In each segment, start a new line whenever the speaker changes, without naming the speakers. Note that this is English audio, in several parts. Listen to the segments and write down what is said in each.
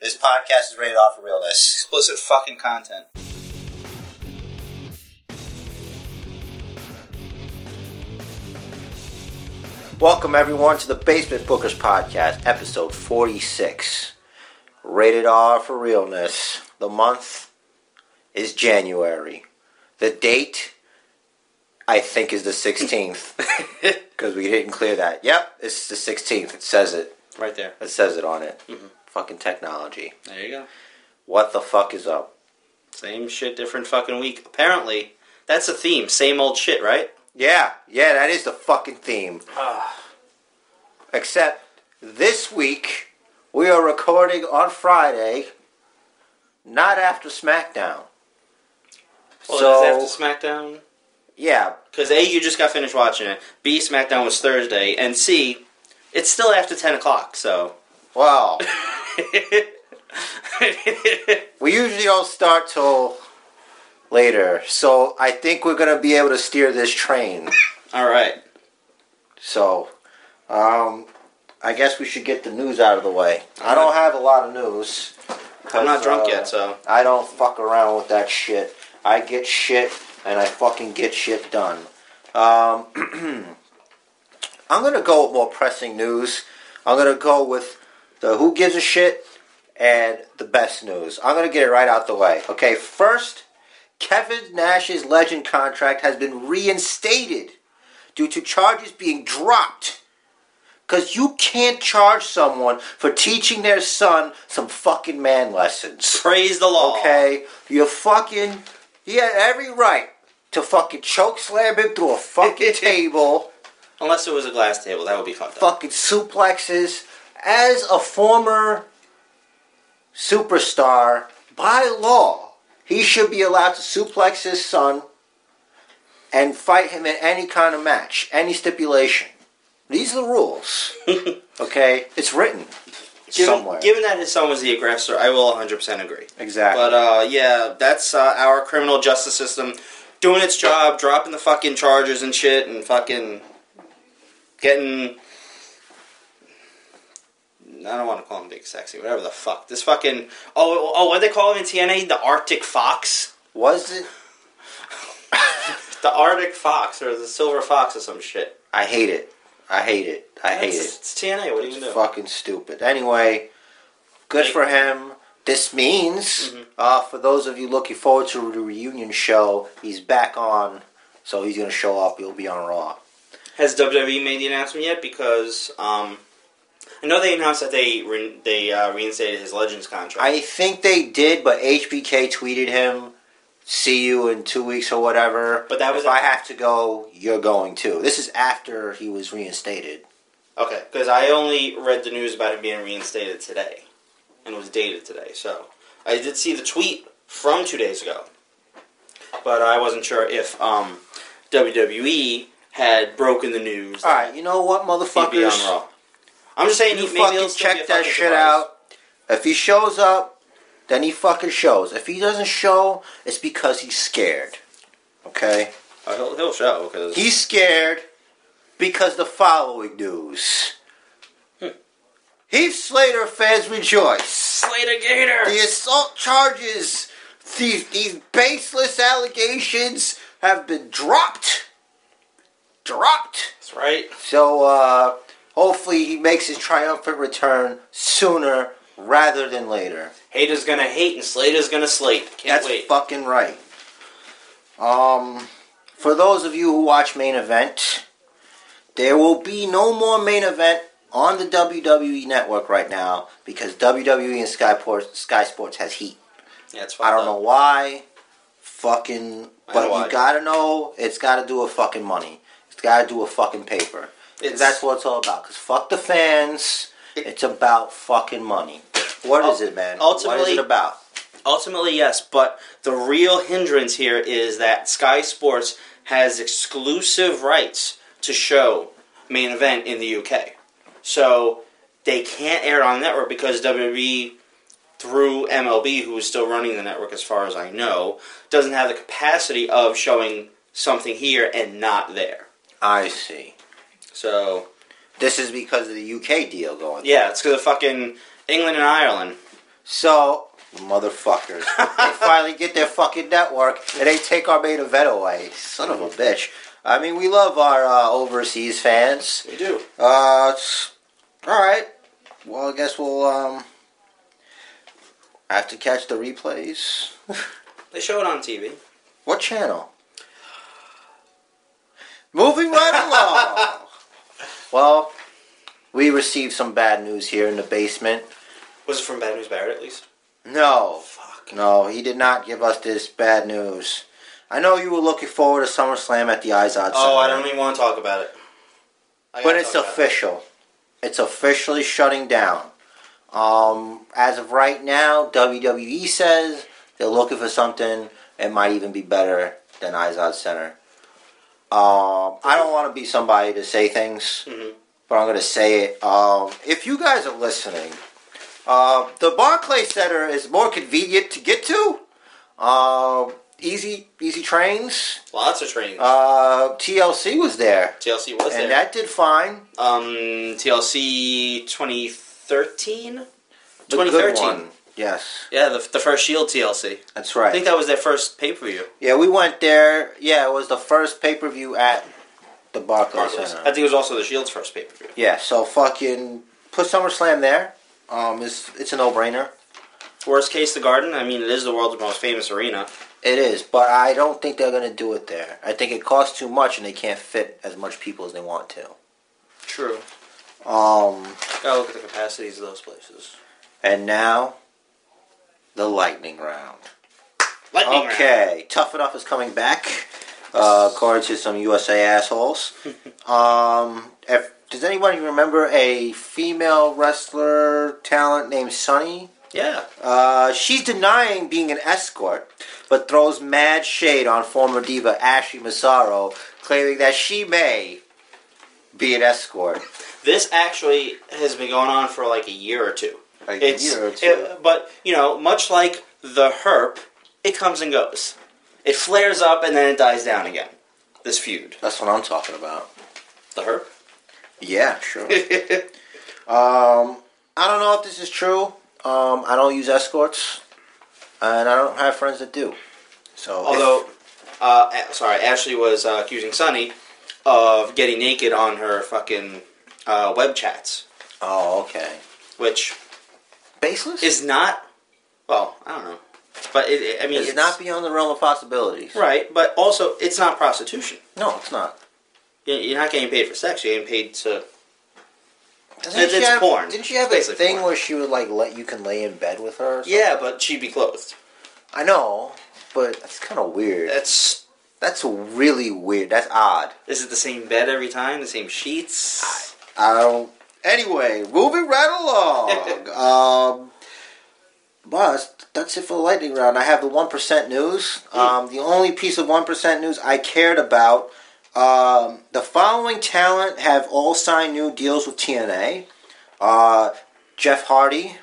This podcast is rated off for realness.
Explicit fucking content.
Welcome, everyone, to the Basement Bookers Podcast, episode 46. Rated R for realness. The month is January. The date, I think, is the 16th. Because we didn't clear that. Yep, it's the 16th. It says it.
Right there.
It says it on it.
Mm-hmm.
Fucking technology.
There you go.
What the fuck is up?
Same shit, different fucking week. Apparently, that's a theme. Same old shit, right?
Yeah, yeah, that is the fucking theme. Except this week, we are recording on Friday, not after SmackDown.
Well,
so,
it was after SmackDown.
yeah,
Because A, you just got finished watching it. B, SmackDown was Thursday. And C, it's still after 10 o'clock, so.
well, we usually don't start till later, so I think we're gonna be able to steer this train.
Alright.
So, um, I guess we should get the news out of the way. I don't have a lot of news.
I'm not drunk
Uh,
yet, so.
I don't fuck around with that shit. I get shit and I fucking get shit done. Um, I'm gonna go with more pressing news. I'm gonna go with the who gives a shit and the best news. I'm gonna get it right out the way. Okay, first, Kevin Nash's legend contract has been reinstated due to charges being dropped. Because you can't charge someone for teaching their son some fucking man lessons.
Praise the law.
Okay, you fucking. He had every right to fucking choke slam him through a fucking table,
Unless it was a glass table, that would be fucked up.
fucking suplexes. As a former superstar, by law, he should be allowed to suplex his son and fight him in any kind of match, any stipulation. These are the rules. okay, it's written
Given,
somewhere.
given that his son was the aggressor, I will 100% agree.
exactly.
But uh, yeah, that's uh, our criminal justice system doing its job, dropping the fucking charges and shit, and fucking getting. I don't want to call him big sexy, whatever the fuck. This fucking oh oh, what they call him in TNA? The Arctic Fox,
Was it?
the Arctic Fox, or the Silver Fox, or some shit.
I hate it. I hate it. I hate
it's,
it.
It's TNA. What do you
It's
gonna do?
fucking stupid. Anyway, good for him. This means,
Mm-hmm.
uh, for those of you looking forward to the reunion show, he's back on, so he's gonna show up. He'll be on Raw.
Has WWE made the announcement yet? Because um, I know they announced that they re- they uh, reinstated his Legends contract.
I think they did, but HBK tweeted him, "See you in two weeks or whatever."
But that was-
if I have to go, you're going too. This is after he was reinstated.
Okay, because I only read the news about him being reinstated today, and was dated today. So I did see the tweet from two days ago, but I wasn't sure if um, WWE had broken the news.
All right, you know what,
he'd be on
motherfuckers?
Raw. I'm just saying,
You
he, maybe
fucking
he'll still be a
check that
fucking
shit
surprise.
out. If he shows up, then he fucking shows. If he doesn't show, it's because he's scared. Okay?
Oh, he'll, he'll show because
He's scared because the following news. Heath Slater fans rejoice.
Slater Gator.
The assault charges, these, these baseless allegations have been dropped. Dropped.
That's right.
So uh, hopefully he makes his triumphant return sooner rather than later.
Haters gonna hate and Slater's gonna slate. Can't
That's
wait.
fucking right. Um, for those of you who watch main event, there will be no more main event on the WWE network right now because WWE and Sky Sports, Sky Sports has heat.
yeah, it's
I
fucked
don't know
up.
why. Fucking,
I
but
know why.
you gotta know. It's gotta do with fucking money. It's gotta do with fucking paper.
It's-
That's what it's all about. Cause fuck the fans.
It-
It's about fucking money. What is it, man? what
Ultimately-
is it about?
Ultimately, yes, but the real hindrance here is that Sky Sports has exclusive rights to show main event in the UK. So they can't air it on the network because WWE, through MLB, who is still running the network as far as I know, doesn't have the capacity of showing something here and not there.
I see.
So,
This is because of the UK deal going.
yeah, it's because of fucking England and Ireland.
So motherfuckers, they finally get their fucking network and they take our main event away. Son of a bitch. I mean, we love our uh, overseas fans.
We do.
Uh, it's- all right. Well, I guess we'll um. I have to catch the replays.
They show it on TV.
What channel? Moving right along. well, we received some bad news here in the basement.
Was it from Bad News Barrett at least?
No,
Fuck.
no, he did not give us this bad news. I know you were looking forward to SummerSlam at the Izod
Oh, I
Center,
don't even want to talk about it. I
but
gotta
it's
talk about
official. It's officially shutting down. Um, as of right now, WWE says they're looking for something. It might even be better than Izod Center. Um, I don't want to be somebody to say things,
Mhm.
but I'm going to say it. Um, if you guys are listening, uh, the Barclay Center is more convenient to get to. Um easy, easy trains.
it. Lots of trains.
Uh, TLC was there,
TLC was
and
there.
that did fine.
um, TLC 2013?
The good
2013.
one. Yes,
Yeah, the, the first Shield TLC.
that's
I
right.
think that was their first pay per view.
Yeah, we went there. Yeah, it was the first pay per view at the Barclays
I
Center.
think it was also the Shield's first pay per view.
Yeah, so fucking put SummerSlam there. Um, it's it's a no brainer.
Worst case, the Garden. I mean, it is the world's most famous arena.
It is, but I don't think they're gonna do it there. I think it costs too much, and they can't fit as much people as they want to.
True.
Um,
Gotta look at the capacities of those places.
and now the lightning round.
Lightning round.
Okay, Tough Enough is coming back, uh, according to some USA assholes. um, if, does anyone remember a female wrestler talent named Sunny?
Yeah.
Uh, she's denying being an escort, but throws mad shade on former diva Ashley Massaro, claiming that she may be an escort.
This actually has been going on for like a year or two.
A
It's
year or two.
it- but you know, much like the herp, it comes and goes. It flares up and then it dies down again. This feud,
That's what I'm talking about.
the herp.
Yeah, sure. Um, I don't know if this is true. Um, I don't use escorts, and I don't have friends that do. So, if-
Although, uh, a- sorry, Ashley was uh, accusing Sunny of getting naked on her fucking uh, web chats,
oh, okay,
which
baseless
is not. Well, I don't know, but it, it- I mean,
It's not beyond the realm of possibilities.
right. But also, it's not prostitution.
No, it's not.
You- You're not getting paid for sex. You're getting paid to.
Doesn't
It's-
she
it's
have,
porn.
Didn't she have a
Basically
thing
porn.
where she would like let you can lay in bed with her? or something?
Yeah, but she'd be clothed.
I know, but that's kind of weird.
That's
That's really weird. That's odd.
Is it the same bed every time? The same sheets?
I don't. Um, Anyway, moving right along. um, boss, that's it for the lightning round. I have the one percent news. Um, the only piece of one percent news I cared about. Um, the following talent have all signed new deals with TNA: uh, Jeff Hardy,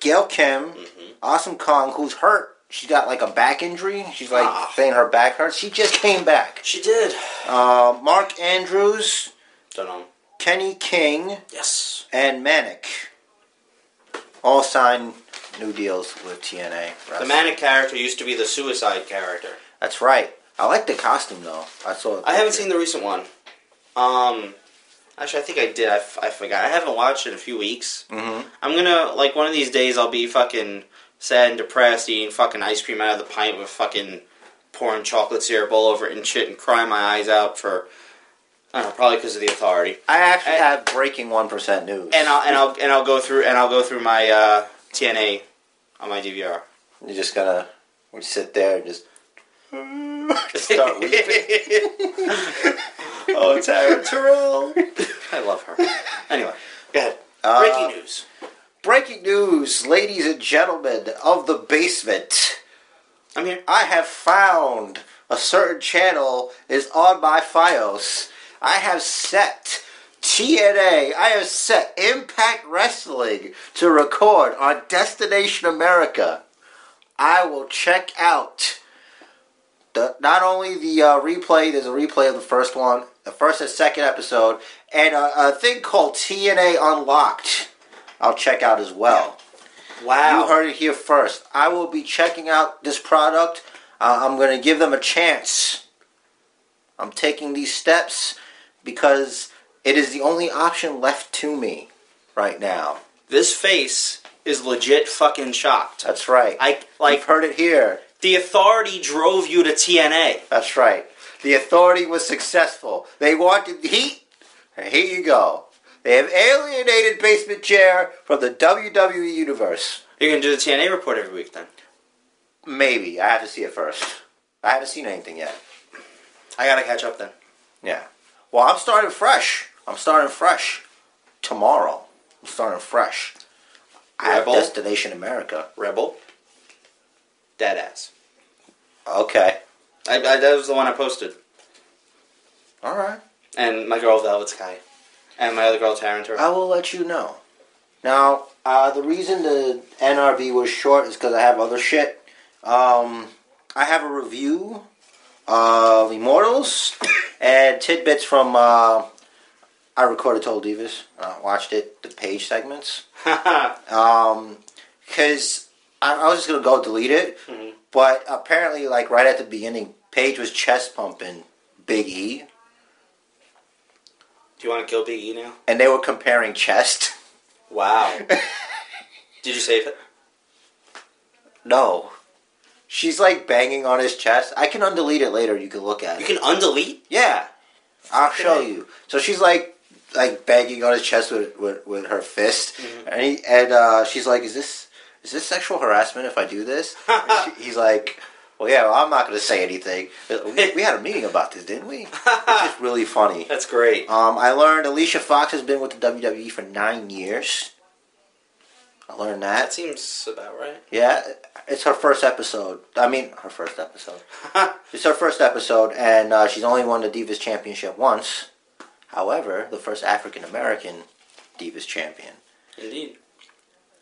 Gail Kim,
Hmm. Mm-hmm.
Awesome Kong, who's hurt. She got like a back injury. She's like
Ah.
saying her back hurts. She just came back.
She did.
Uh, Mark Andrews,
Don't know.
Kenny King,
Yes.
and Manic all signed new deals with TNA.
The
Wrestling.
manic character used to be the suicide character.
That's right. I like the costume though. I saw. it.
I haven't seen the recent one. Um, actually, I think I did. I, f- I forgot. I haven't watched it in a few weeks.
Mhm.
I'm gonna like one of these days. I'll be fucking sad and depressed, eating fucking ice cream out of the pint with fucking pouring chocolate syrup all over it and shit, and crying my eyes out for. I don't know, probably because of the authority.
I actually
I-
have breaking one percent news.
And uh, I'll and I'll and I'll go through and I'll go through my uh, TNA on my DVR.
You're just gonna we sit there and just start weeping.
oh, Tara Terrell. I love her. Anyway, go ahead.
Uh,
Breaking news.
Breaking news, ladies and gentlemen of the basement.
I'm here.
I have found a certain channel is on my FiOS. I have set TNA, I have set Impact Wrestling to record on Destination America. I will check out the not only the uh, replay, there's a replay of the first one, the first and second episode, and a, a thing called TNA Unlocked. I'll check out as well.
Wow.
You heard it here first. I will be checking out this product. Uh, I'm going to give them a chance. I'm taking these steps because it is the only option left to me right now.
This face is legit fucking shocked.
That's right.
I
I've
like
heard it here.
the authority drove you to TNA.
That's right. The authority was successful. They wanted heat, and here you go. They have alienated Basement Chair from the WWE universe.
You're gonna do the TNA report every week then.
Maybe. I have to see it first. I haven't seen anything yet.
I gotta catch up then.
Yeah. Well, I'm starting fresh. I'm starting fresh. Tomorrow. I'm starting fresh. I have
Rebel.
Destination America.
Rebel. Deadass.
Okay.
I, I that was the one I posted.
All right.
And my girl Velvet Sky. And my other girl Taryn Turner.
I will let you know. Now, uh, the reason the NRV was short is because I have other shit. Um, I have a review of Immortals and tidbits from. Uh, I recorded Total Divas. Uh, watched it. The page segments. Um, because I, I was just gonna go delete it,
Mhm.
but apparently, like right at the beginning, Paige was chest pumping Big E,
do you wanna kill Big E now?
and they were comparing chest.
Wow. Did you save it?
No, she's like banging on his chest. I can undelete it later. You can look at
You
it.
can undelete?
yeah, I'll
Fucking
show
A.
you. So she's like like banging on his chest with with, with her fist, and he, and uh, she's like, "Is this is this sexual harassment if I do this?" And she, he's like. Well, yeah, well, I'm not going to say anything. We, we had a meeting about this, didn't we? It's really funny.
That's great.
Um, I learned Alicia Fox has been with the WWE for nine years. I learned
That
that.
seems about right.
Yeah, it's her first episode. I mean, her first episode. It's her first episode, and uh, she's only won the Divas Championship once. However, the first African American Divas Champion.
Indeed.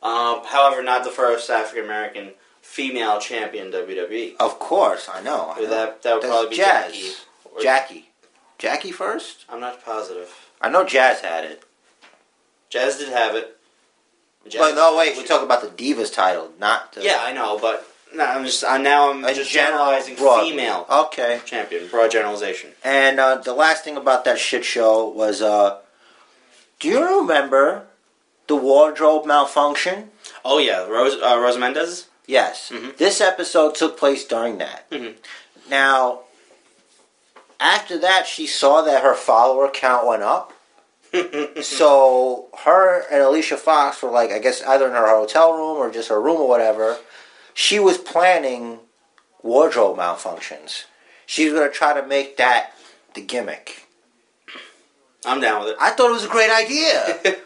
Um, however, not the first African American female champion WWE.
Of course, I know. I
Or
know.
That that E. would
Oh, That's
probably be
Jazz.
Jackie. Or-
Jackie. Jackie first?
I'm not positive.
I know Jazz had it.
Jazz did have it. Jazz
But no, wait, we're talking about the Divas title, not the.
Yeah, I know, but no, I'm just I, now I'm
A
just
general
generalizing
broad-
female
Okay.
champion. Broad generalization.
And uh, the last thing about that shit show was, uh, do you remember the wardrobe malfunction?
Oh yeah, Rose uh, Rosa Mendez.
Yes.
Mhm.
This episode took place during that.
Mhm.
Now, after that, she saw that her follower count went up.
Mm-hmm.
so her and Alicia Fox were like, I guess either in her hotel room or just her room or whatever. She was planning wardrobe malfunctions. She was going to try to make that the gimmick.
I'm down with
I thought it was a great idea.
it.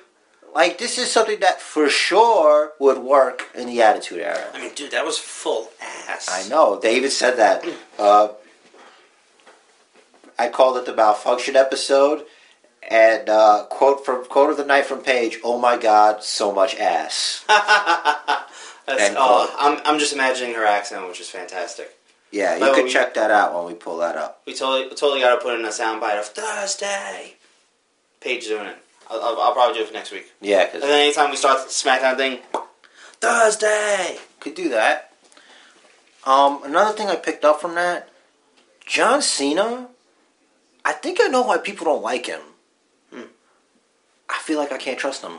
like this is something that for sure would work in the Attitude Era.
I mean, dude, that was full ass.
I know. They even said that. Uh, I called it the malfunction episode, and uh, quote from quote of the night from Paige: "Oh my God, so much ass."
That's,
And
oh,
cold.
I'm I'm just imagining her accent, which is fantastic.
Yeah, you
Well,
could
we-
check that out when we pull that up.
We totally, totally got to put in a soundbite of Thursday. Paige doing it. I'll, I'll, I'll probably do it for next week.
Yeah,
And
'cause
then anytime we start the SmackDown thing, Thursday.
could do that. Um, another thing I picked up from that: John Cena. I think I know why people don't like him.
Hmm.
I feel like I can't trust him.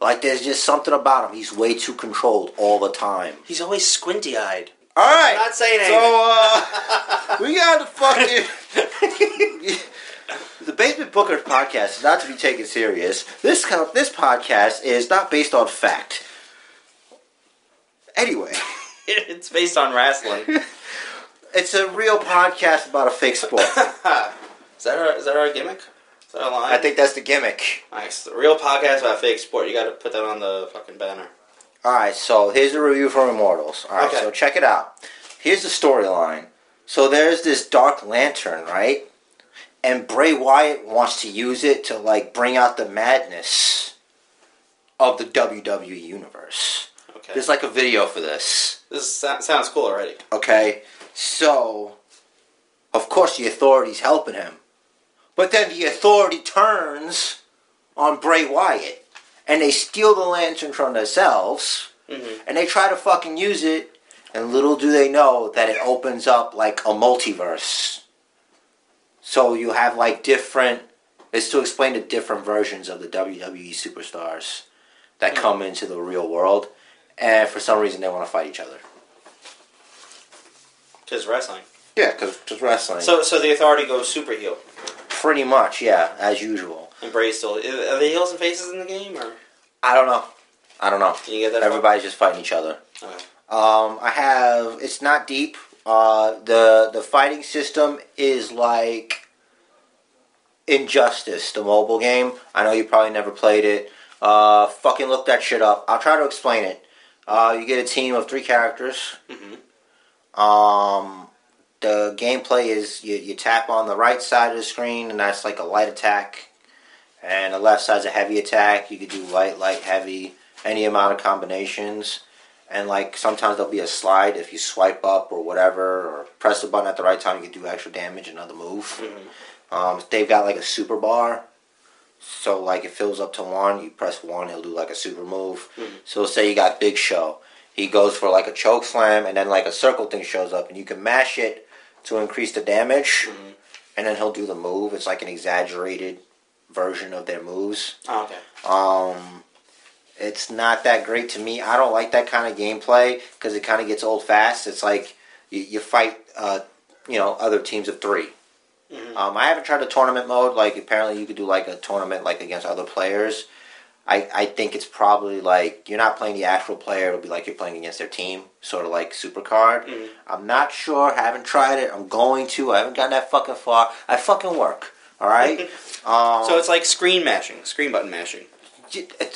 Like there's just something about him. He's way too controlled all the time.
He's always squinty eyed.
All right.
Not saying anything.
So uh, we got to fucking. The Basement Bookers podcast is not to be taken serious. This co- this podcast is not based on fact. Anyway,
it's based on wrestling. is
it's a real podcast about a fake sport.
that our is that our gimmick? Is that our line?
I think that's the gimmick.
nice. The real podcast about fake sport. You got to put that on the fucking banner.
All right, so here's a review from Immortals. All right,
Okay.
so check it out. Here's the storyline. So there's this Dark Lantern, right? And Bray Wyatt wants to use it to like bring out the madness of the WWE universe.
Okay. This,
There's like a video for this.
sou- sounds cool already.
Okay, so of course the authority's helping him, but then the authority turns on Bray Wyatt, and they steal the lantern from themselves.
Mhm.
and they try to fucking use it, and little do they know that it opens up like a multiverse. So you have like different. It's to explain the different versions of the WWE superstars that come into the real world, and for some reason they want to fight each other.
Because wrestling.
Yeah, because wrestling. So
So, so the authority goes super heel.
pretty much, yeah, as usual.
And Bray's still. Are the heels and faces in the game? Or
I don't know. I don't know.
can you get that? far?
Everybody's just fighting each other.
Okay.
Um, I have. It's not deep. Uh, the the fighting system is like Injustice, the mobile game. I know you probably never played it. Uh, fucking look that shit up. I'll try to explain it. Uh, you get a team of three characters.
Mhm.
Um, the gameplay is you, you tap on the right side of the screen, and that's like a light attack, and the left side's a heavy attack. You could do light, light, heavy, any amount of combinations. And like sometimes there'll be a slide if you swipe up or whatever, or press the button at the right time, you can do extra damage, another move.
Mhm.
Um, they've got like a super bar. So like it fills up to one, you press one, he'll do like a super move.
Mhm.
So say you got Big Show. He goes for like a choke slam and then like a circle thing shows up and you can mash it to increase the damage
Mhm.
and then he'll do the move. It's like an exaggerated version of their moves.
Oh, okay.
Um, it's not that great to me. I don't like that kind of gameplay because it kind of gets old fast. It's like you, you fight, uh, you know, other teams of 3
Mhm.
Um, I haven't tried a tournament mode. Like apparently you could do like a tournament like against other players. I, I think it's probably like you're not playing the actual player. It'll be like you're playing against their team, sort of like Supercard.
Mhm.
I'm not sure. haven't tried it. I'm going to. I haven't gotten that fucking far. I fucking work. All right. um,
So it's like screen mashing, screen button mashing.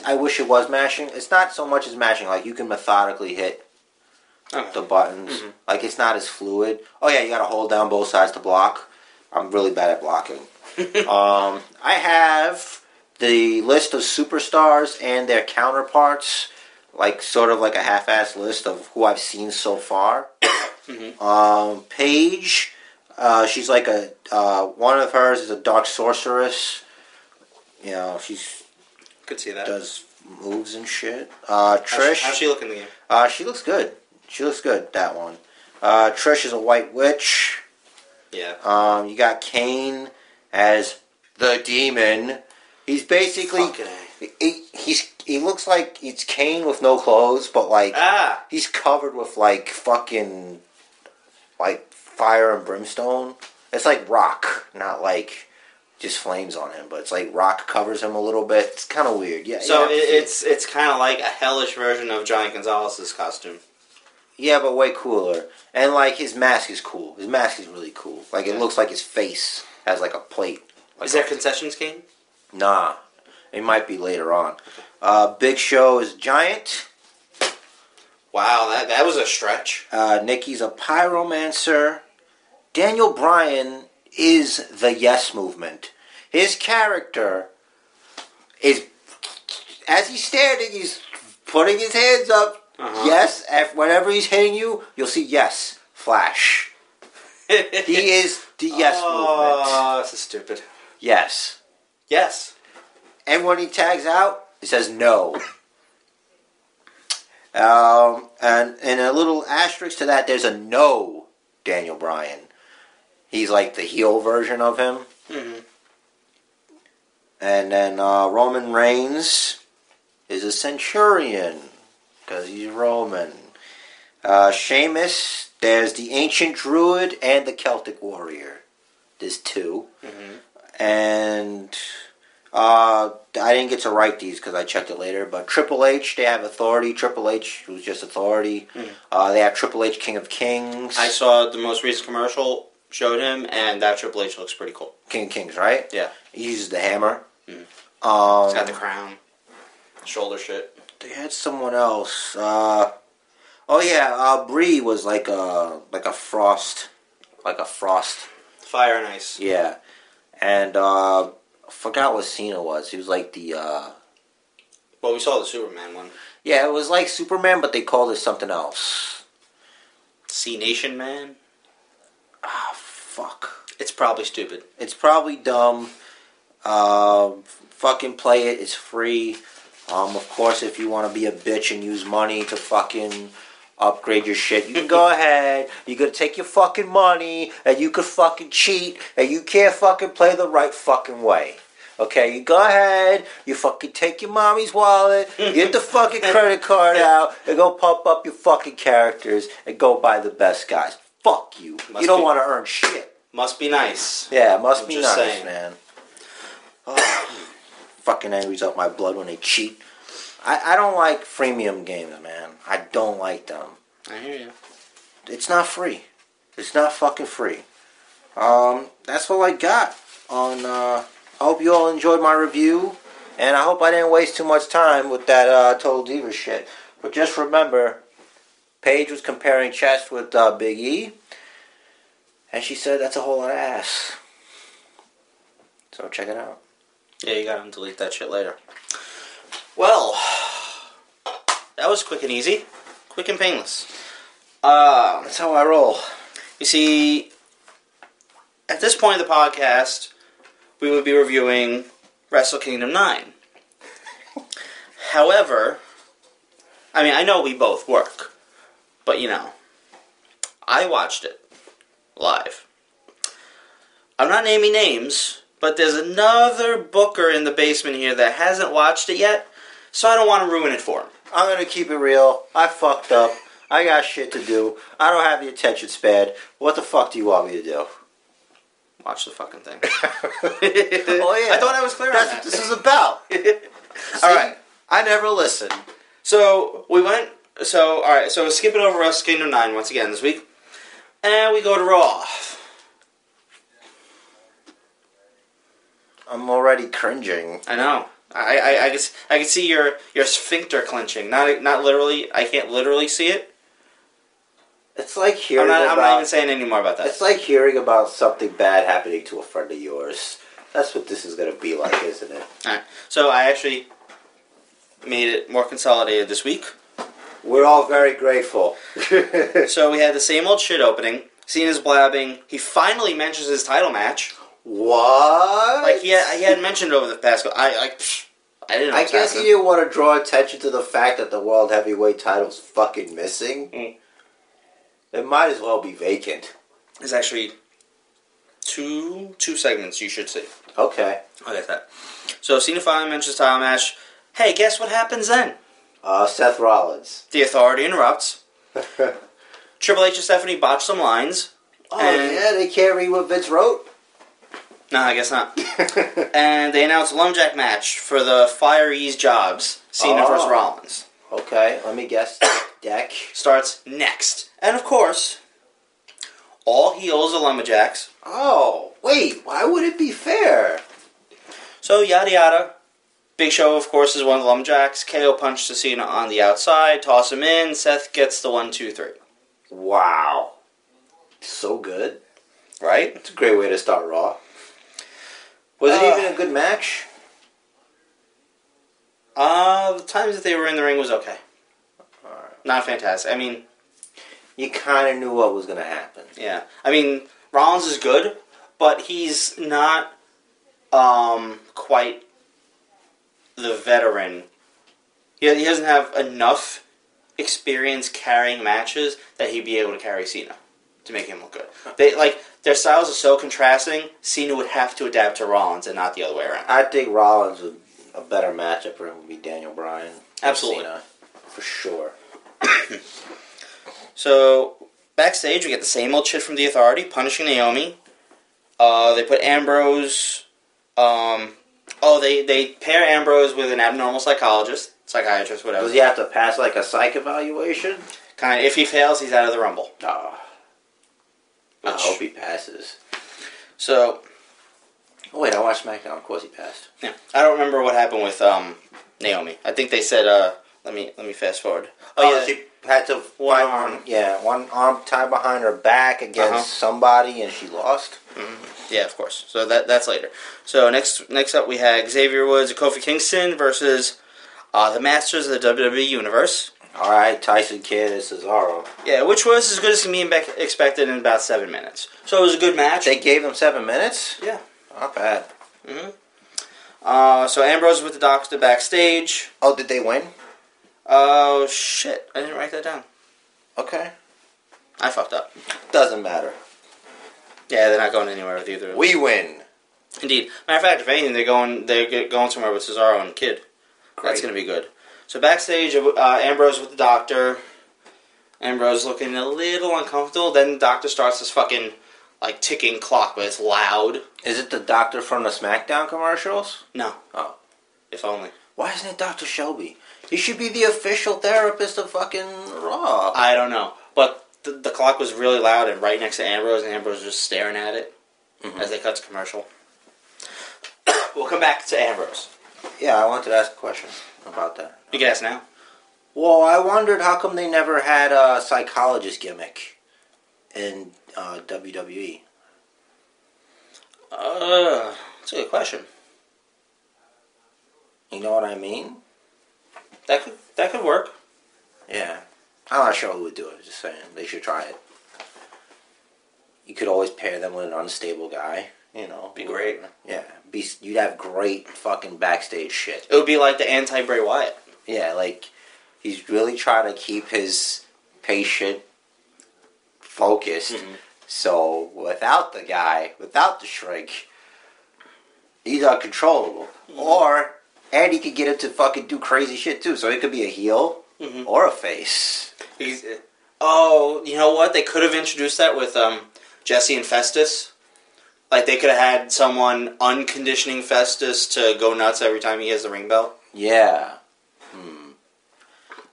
I wish it was mashing. It's not so much as mashing. Like you can methodically hit
Okay.
the buttons.
Mhm.
Like it's not as fluid. Oh yeah, you got to hold down both sides to block. I'm really bad at blocking. um, I have the list of superstars and their counterparts, like sort of like a half-ass list of who I've seen so far.
Mhm.
Um, Paige, uh, she's like a uh, one of hers is a dark sorceress. You know, she's
Could see that.
does moves and shit. Uh,
How's she-
Trish,
How's she look in the game?
uh, she looks good. She looks good. That one. Uh, Trish is a white witch.
Yeah.
Um, you got Kane as the demon. He's basically
Fucking A.
he, he's he looks like it's Kane with no clothes, but like
Ah.
he's covered with like fucking like fire and brimstone. It's like rock, not like just flames on him, but it's like rock covers him a little bit. It's kind of weird. Yeah.
So
yeah.
it, it's it's kind of like a hellish version of Johnny Gonzalez's costume.
Yeah, but way cooler. And like his mask is cool. His mask is really cool. Like it
Yeah.
looks like his face has like a plate. Like
Is there concessions king?
a- nah. It might be later on. Uh, Big Show is giant.
Wow, that that was a stretch.
Uh, Nikki's a pyromancer. Daniel Bryan is the Yes Movement. His character is, as he's standing, he's putting his hands up.
Uh-huh.
Yes, at whenever he's hitting you, you'll see yes flash. He is the yes movement.
Oh, this is stupid.
Yes.
Yes.
And when he tags out, he says no. Um, and and a little asterisk to that, there's a no Daniel Bryan. He's like the heel version of him.
Mhm.
And then uh, Roman Reigns is a centurion because he's Roman. Uh, Sheamus, there's the ancient druid and the Celtic warrior. There's two.
Mhm.
and uh, I didn't get to write these because I checked it later. But Triple H, they have Authority. Triple H, who's just Authority.
Mhm.
Uh, they have Triple H, King of Kings.
I saw the most recent commercial showed him, and that Triple H looks pretty cool.
King of Kings, right?
Yeah.
He uses the hammer.
Mhm.
Um,
He's got the crown, shoulder shit.
they had someone else. Uh, oh yeah, uh, Bree was like a like a frost, like a frost.
Fire and ice.
Yeah, and uh, I forgot what Cena was. He was like the. Uh,
Well, we saw the Superman one.
yeah, it was like Superman, but they called it something else.
C Nation Man.
Ah, fuck.
It's probably stupid.
Uh, It's probably dumb. Um, fucking play it. It's free. Um, of course, if you want to be a bitch and use money to fucking upgrade your shit, you can go ahead. You could take your fucking money and you could fucking cheat and you can't fucking play the right fucking way. Okay, you go ahead, you fucking take your mommy's wallet, get the fucking credit card out, and go pump up your fucking characters and go buy the best guys. Fuck you.
Must
you don't
be-
want to earn shit.
Must be nice.
Yeah, it must
I'm
be
just
nice,
saying.
man. Oh, fucking angries up my blood when they cheat. I, I don't like freemium games, man. I don't like them.
I hear you.
It's not free. It's not fucking free. Um, that's all I got on. Uh, I hope you all enjoyed my review, and I hope I didn't waste too much time with that uh, Total Diva shit. But just remember, Paige was comparing chest with uh, Big E, and she said that's a whole lot of ass. So check it out.
Yeah, you gotta delete that shit later. Well, that was quick and easy, quick and painless. Um,
That's how I roll.
you see, at this point of the podcast, we would be reviewing Wrestle Kingdom 9. However, I mean, I know we both work, but you know, I watched it live. I'm not naming names, but there's another booker in the basement here that hasn't watched it yet, so I don't want to ruin it for him.
I'm gonna keep it real. I fucked up. I got shit to do. I don't have the attention span. What the fuck do you want me to do?
Watch the fucking thing.
oh yeah.
I thought I was clear
That's
on
what
that.
this is about.
All right.
I never listen.
So we went. So all right. So skipping over Wrestle Kingdom Nine once again this week, and we go to Raw.
I'm already cringing.
I know. I I, I can s- I can see your your sphincter clenching. Not not literally. I can't literally see it.
It's like hearing
I'm not. I'm not
about
even saying any more about that.
it's like hearing about something bad happening to a friend of yours. That's what this is gonna be like, isn't it?
All right. So I actually made it more consolidated this week.
We're all very grateful.
So we had the same old shit opening. Cena's blabbing. He finally mentions his title match.
what?
Like he had, he had mentioned over the past. I like. psh, I didn't. Know
I
what's
guess he
happening.
didn't want to draw attention to the fact that the world heavyweight title's fucking missing.
Mm. Hmm.
It might as well be vacant.
There's actually two two segments you should see.
Okay.
I'll get that. So Cena finally mentions title match. Hey, guess what happens then?
Uh, Seth Rollins.
The authority interrupts.
oh
Triple H and Stephanie botch some lines. And-
yeah, they can't read what Vince wrote.
Nah, I guess not. And they announce a lumberjack match for the Fire Ease Jobs. Cena
Oh.
versus Rollins
okay, let me guess. Deck.
starts next. And of course, all heels are lumberjacks.
Oh, wait, why would it be fair?
So yada yada. Big Show, of course, is one of the lumberjacks. KO punches to Cena on the outside, toss him in. Seth gets the one, two, three.
Wow. So good.
Right?
It's a great way to start Raw. Was
Uh,
it even a good match?
Uh, the times that they were in the ring was okay. Not fantastic. I mean,
You kind of knew what was going to happen.
yeah. I mean, Rollins is good, but he's not um, quite the veteran. He, he doesn't have enough experience carrying matches that he'd be able to carry Cena to make him look good. They like their styles are so contrasting. Cena would have to adapt to Rollins and not the other way around.
I think Rollins would a better matchup for him would be Daniel Bryan. and
Absolutely.
Cena, for sure.
So backstage, we get the same old shit from the Authority punishing Naomi. Uh, they put Ambrose. Um, oh, they they pair Ambrose with an abnormal psychologist, psychiatrist, whatever.
Does he have to pass like a psych evaluation?
Kind of, if he fails, he's out of the Rumble.
Nah. I
Which-
hope he passes.
So
Oh wait, I watched SmackDown. Of course he passed.
yeah, I don't remember what happened with um, Naomi. I think they said, uh, let me let me fast forward. Oh yeah,
she had to
One
fight-
arm.
Yeah, one arm tied behind her back against
Uh-huh.
somebody, and she lost.
yeah, of course. So that that's later. So next next up, we had Xavier Woods and Kofi Kingston versus uh, the Masters of the WWE Universe.
All right, Tyson Kidd and Cesaro.
Yeah, which was as good as can be imbe- expected in about seven minutes. So it was a good match.
They gave them seven minutes.
Yeah.
Not bad.
hmm Uh, so Ambrose is with the doctor backstage.
Oh, did they win?
Oh shit! I didn't write that down.
Okay.
I fucked up.
Doesn't matter.
Yeah, they're not going anywhere with either. of them.
We win.
Indeed. Matter of fact, if anything, they're going they're g- going somewhere with Cesaro and Kid. That's
Great.
going to be good. So backstage, uh, Ambrose with the doctor. Ambrose looking a little uncomfortable. Then the doctor starts this fucking like ticking clock, but it's loud.
Is it the doctor from the SmackDown commercials?
No.
Oh.
If only.
Why isn't it Dr. Shelby? He should be the official therapist of fucking Raw.
I don't know. But the, the clock was really loud and right next to Ambrose, and Ambrose was just staring at it
Mhm.
as they cut to commercial. we'll come back to Ambrose.
yeah, I wanted to ask a question about that.
You can ask now.
Well, I wondered how come they never had a psychologist gimmick in uh, WWE.
Uh, that's a good question.
You know what I mean?
That could that could work.
Yeah. I'm not sure who would do it. Just saying. They should try it. You could always pair them with an unstable guy. You know.
Be great.
Yeah. Be, you'd have great fucking backstage shit.
It would be like the anti Bray Wyatt.
Yeah, like, he's really trying to keep his patient focused.
Mhm.
So, without the guy, without the shrink, he's uncontrollable. Or, and he could get him to fucking do crazy shit too. So, it could be a heel
Mhm.
or a face.
He's, oh, you know what? They could have introduced that with um, Jesse and Festus. Like they could have had someone unconditioning Festus to go nuts every time he hears the ring bell.
Yeah. Hmm.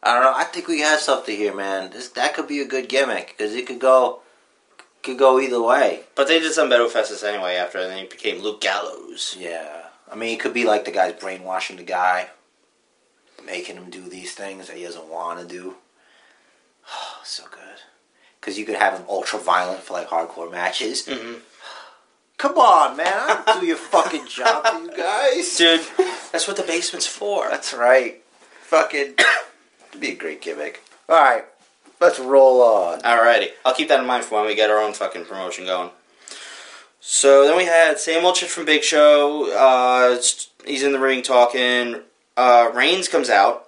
I don't know. I think we have something here, man. This that could be a good gimmick because it could go could go either way.
But they did some better with Festus anyway. After and then he became Luke Gallows.
Yeah. I mean, it could be like the guy's brainwashing the guy, making him do these things that he doesn't want to do. so good. Because you could have him ultra violent for like hardcore matches.
hmm
Come on, man. I don't do your fucking job for you guys.
Dude, that's what the basement's for.
That's right. Fucking. It'd be a great gimmick. Alright. Let's roll on.
Alrighty. I'll keep that in mind for when we get our own fucking promotion going. So then we had same old shit from Big Show. Uh, it's- he's in the ring talking. Uh, Reigns comes out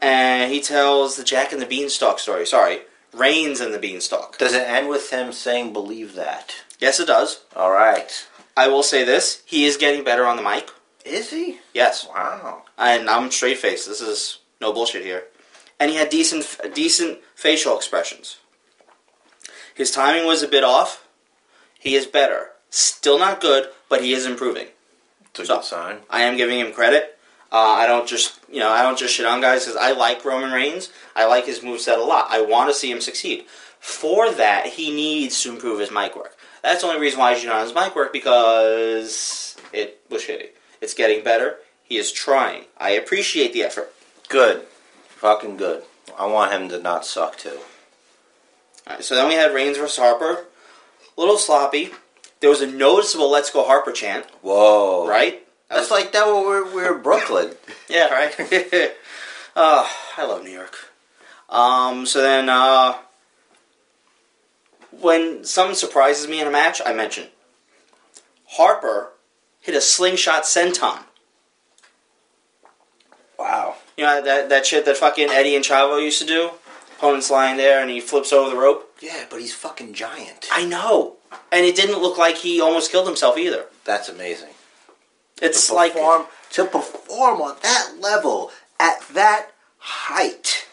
and he tells the Jack and the Beanstalk story. Sorry, Reigns and the Beanstalk.
Does it end with him saying "believe that"?
Yes, it does.
All right.
I will say this: he is getting better on the mic.
Is he?
Yes,
Wow.
and I'm straight faced. This is no bullshit here. And he had decent, decent facial expressions. His timing was a bit off. He is better. Still not good, but he is improving.
It's a
So-
good sign.
I am giving him credit. Uh, I don't just, you know, I don't just shit on guys because I like Roman Reigns. I like his moveset a lot. I want to see him succeed. For that, he needs to improve his mic work. That's the only reason why I shit on his mic work because it was shitty. It's getting better. He is trying. I appreciate the effort.
Good. Fucking good. I want him to not suck too.
Alright, so then we had Reigns versus Harper. A little sloppy. There was a noticeable "Let's Go Harper" chant,
Whoa.
right? That
That's
was-
like that when we're, we're in Brooklyn.
yeah, right. uh, I love New York. Um, so then, uh, when something surprises me in a match, I mention Harper hit a slingshot senton.
wow.
You know that that shit that fucking Eddie and Chavo used to do. Opponent's lying there and he flips over the rope.
Yeah, but he's fucking giant.
I know, and it didn't look like he almost killed himself either.
That's amazing.
It's
to
like
perform, to perform on that level at that height.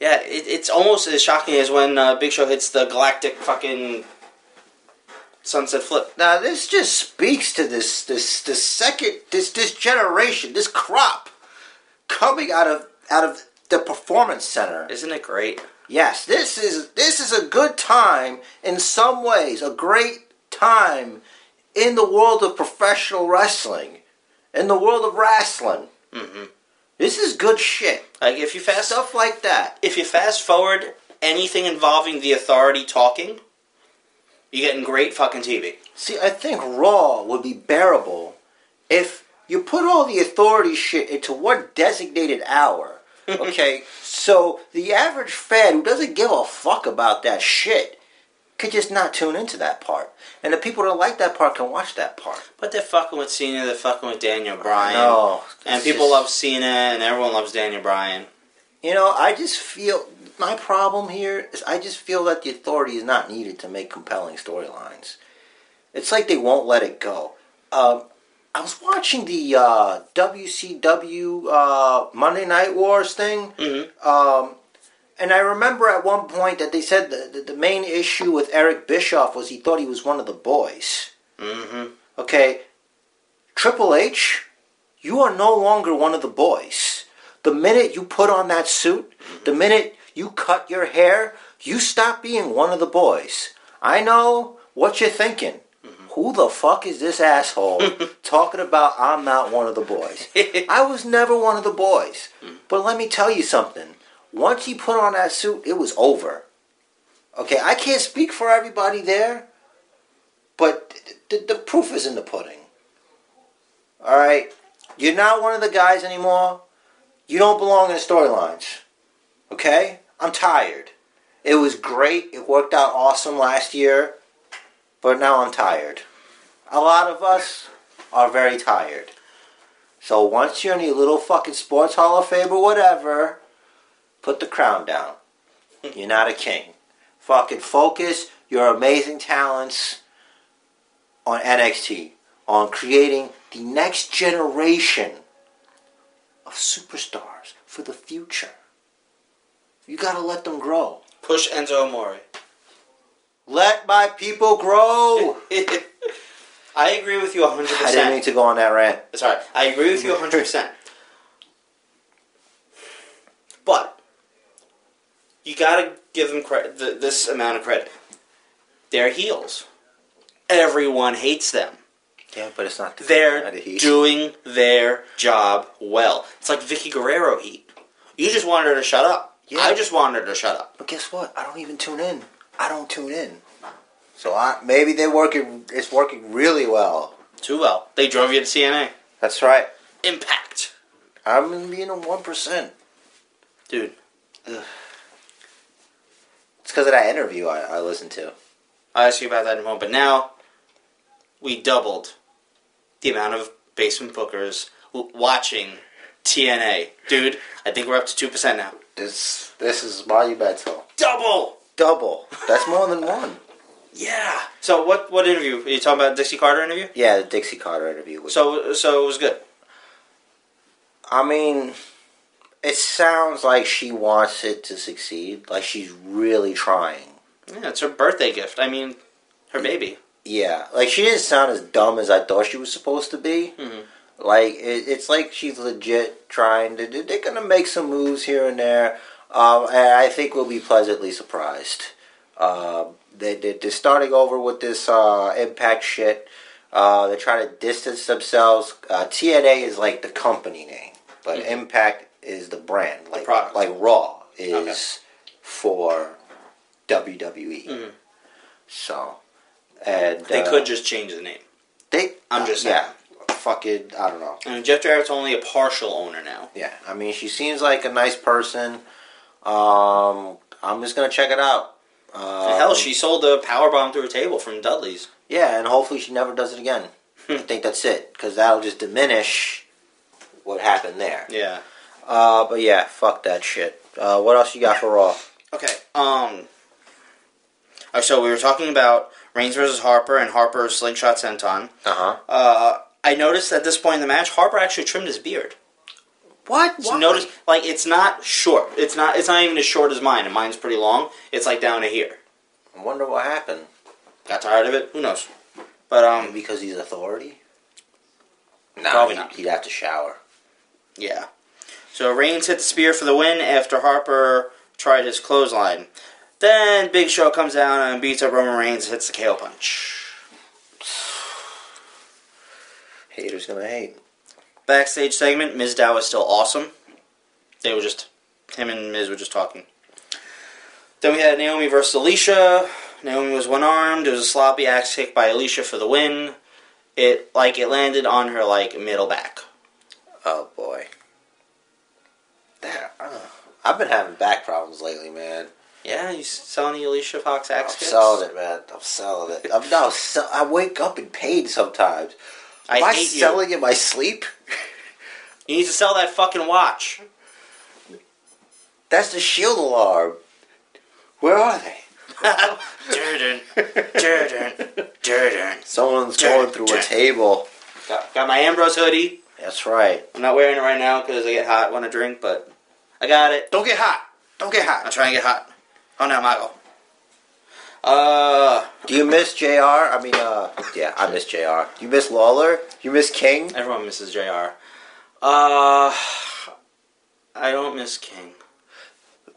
Yeah, it, it's almost as shocking as when uh, Big Show hits the galactic fucking sunset flip.
Now this just speaks to this this this second this this generation, this crop coming out of out of the performance center.
Isn't it great?
Yes, this is this is a good time in some ways, a great time in the world of professional wrestling, in the world of wrestling.
hmm
This is good shit.
Like if you fast
Stuff like that.
if you fast forward anything involving the authority talking, you're getting great fucking TV.
See, I think Raw would be bearable if you put all the authority shit into one designated hour. Okay, so the average fan who doesn't give a fuck about that shit could just not tune into that part. And the people that like that part can watch that part.
But they're fucking with Cena, they're fucking with Daniel Bryan.
No,
And
it's
people
just-
love Cena, and everyone loves Daniel Bryan.
You know, I just feel my problem here is I just feel that the authority is not needed to make compelling storylines. It's like they won't let it go. Um, I was watching the uh, WCW uh, Monday Night Wars thing,
Mhm.
um, and I remember at one point that they said the, the, the main issue with Eric Bischoff was he thought he was one of the boys.
Mm-hmm.
Okay, Triple H, you are no longer one of the boys. The minute you put on that suit, the minute you cut your hair, you stop being one of the boys. I know what you're thinking. Who the fuck is this asshole talking about I'm not one of the boys? I was never one of the boys. But let me tell you something. Once he put on that suit, it was over. Okay, I can't speak for everybody there, but the, the proof is in the pudding. All right, you're not one of the guys anymore. You don't belong in the storylines. Okay, I'm tired. It was great. It worked out awesome last year, but now I'm tired. A lot of us are very tired. So once you're in your little fucking sports hall of fame or whatever, put the crown down. You're not a king. Fucking focus your amazing talents on NXT, on creating the next generation of superstars for the future. You gotta let them grow.
Push Enzo Amore.
Let my people grow.
I agree with you 100%.
I didn't mean to go on that rant.
It's all right. I agree with you 100%. But you got to give them cre- th- this amount of credit. They're heels. Everyone hates them.
Yeah, but it's not. The
They're
not the heat.
doing their job well. It's like Vicky Guerrero heat. You just wanted her to shut up.
Yeah.
I just wanted her to shut up.
But guess what? I don't even tune in. I don't tune in. So I, maybe they're working. It's working really well.
Too well. They drove you to CNA.
That's right.
Impact.
I'm gonna be in a one percent.
Dude.
It's because of that interview I, I listened to.
I'll ask you about that in a moment. But now, we doubled the amount of basement bookers w- watching TNA. Dude, I think we're up to 2% now.
This this is monumental.
Double!
Double. That's more than one.
Yeah. So what what interview? Are you talking about Dixie Carter interview?
Yeah, the Dixie Carter interview. Was,
So so it was good.
I mean, it sounds like she wants it to succeed. Like she's really trying.
Yeah, it's her birthday gift. I mean, her baby.
Yeah, like she didn't sound as dumb as I thought she was supposed to be.
Mhm.
Like it, it's like she's legit trying to. They're gonna make some moves here and there, um, and I think we'll be pleasantly surprised. Um they, they, they're starting over with this uh, impact shit. Uh, they're trying to distance themselves. Uh, TNA is like the company name, but
Mhm.
Impact is the brand. Like
product.
like Raw is
Okay.
for WWE.
Mhm.
E. So. And
They
uh,
could just change the name.
they,
I'm just
yeah. Fucking, I don't know.
I mean, Jeff Jarrett's only a partial owner now.
Yeah, I mean, she seems like a nice person. Um, I'm just gonna check it out. Uh,
And Hell, she sold a power bomb through a table from Dudley's.
Yeah, and hopefully she never does it again.
Hmm.
I think that's it because that'll just diminish what happened there.
Yeah.
Uh, but yeah, fuck that shit. Uh, what else you got for Raw?
Okay. Um. uh, So we were talking about Reigns versus Harper and Harper's slingshot senton.
Uh huh.
Uh, I noticed at this point in the match, Harper actually trimmed his beard.
What?
So
Why?
notice, like, it's not short. It's not. It's not even as short as mine. And mine's pretty long. It's like down to here.
I wonder what happened.
Got tired of it. Who knows? But um.
Because he's authority. No,
Probably
he'd,
not.
he'd have to shower.
Yeah. So Reigns hit the spear for the win after Harper tried his clothesline. Then Big Show comes down and beats up Roman Reigns and hits the KO punch.
Haters gonna hate.
Backstage segment, Ms. Dow is still awesome. They were just, him and Miz were just talking. Then we had Naomi versus Alicia. Naomi was one armed. It was a sloppy axe kick by Alicia for the win. It like it landed on her like middle back.
Oh boy. That, uh, I've been having back problems lately, man.
Yeah, you selling the Alicia Fox
I'm
axe kicks?
selling it, man. I'm selling it. I'm now. Sell- I wake up in pain sometimes.
I
Am I,
hate you.
selling in my sleep?
You need to sell that fucking watch.
That's the shield alarm. Where are they?
Durden, Durden, Durden.
Someone's
Jack,
going through a
Jack.
table.
Got, got my Ambrose hoodie.
That's right.
I'm not wearing it right now because I get hot when I drink, but I got it.
Don't get hot. Don't get
I'll
hot.
try and get hot. Oh no, Michael. Uh,
Do you miss JR? I mean, uh, yeah, I miss JR. Do you miss Lawler? Do you miss King?
everyone misses Jr. Uh, I don't miss King.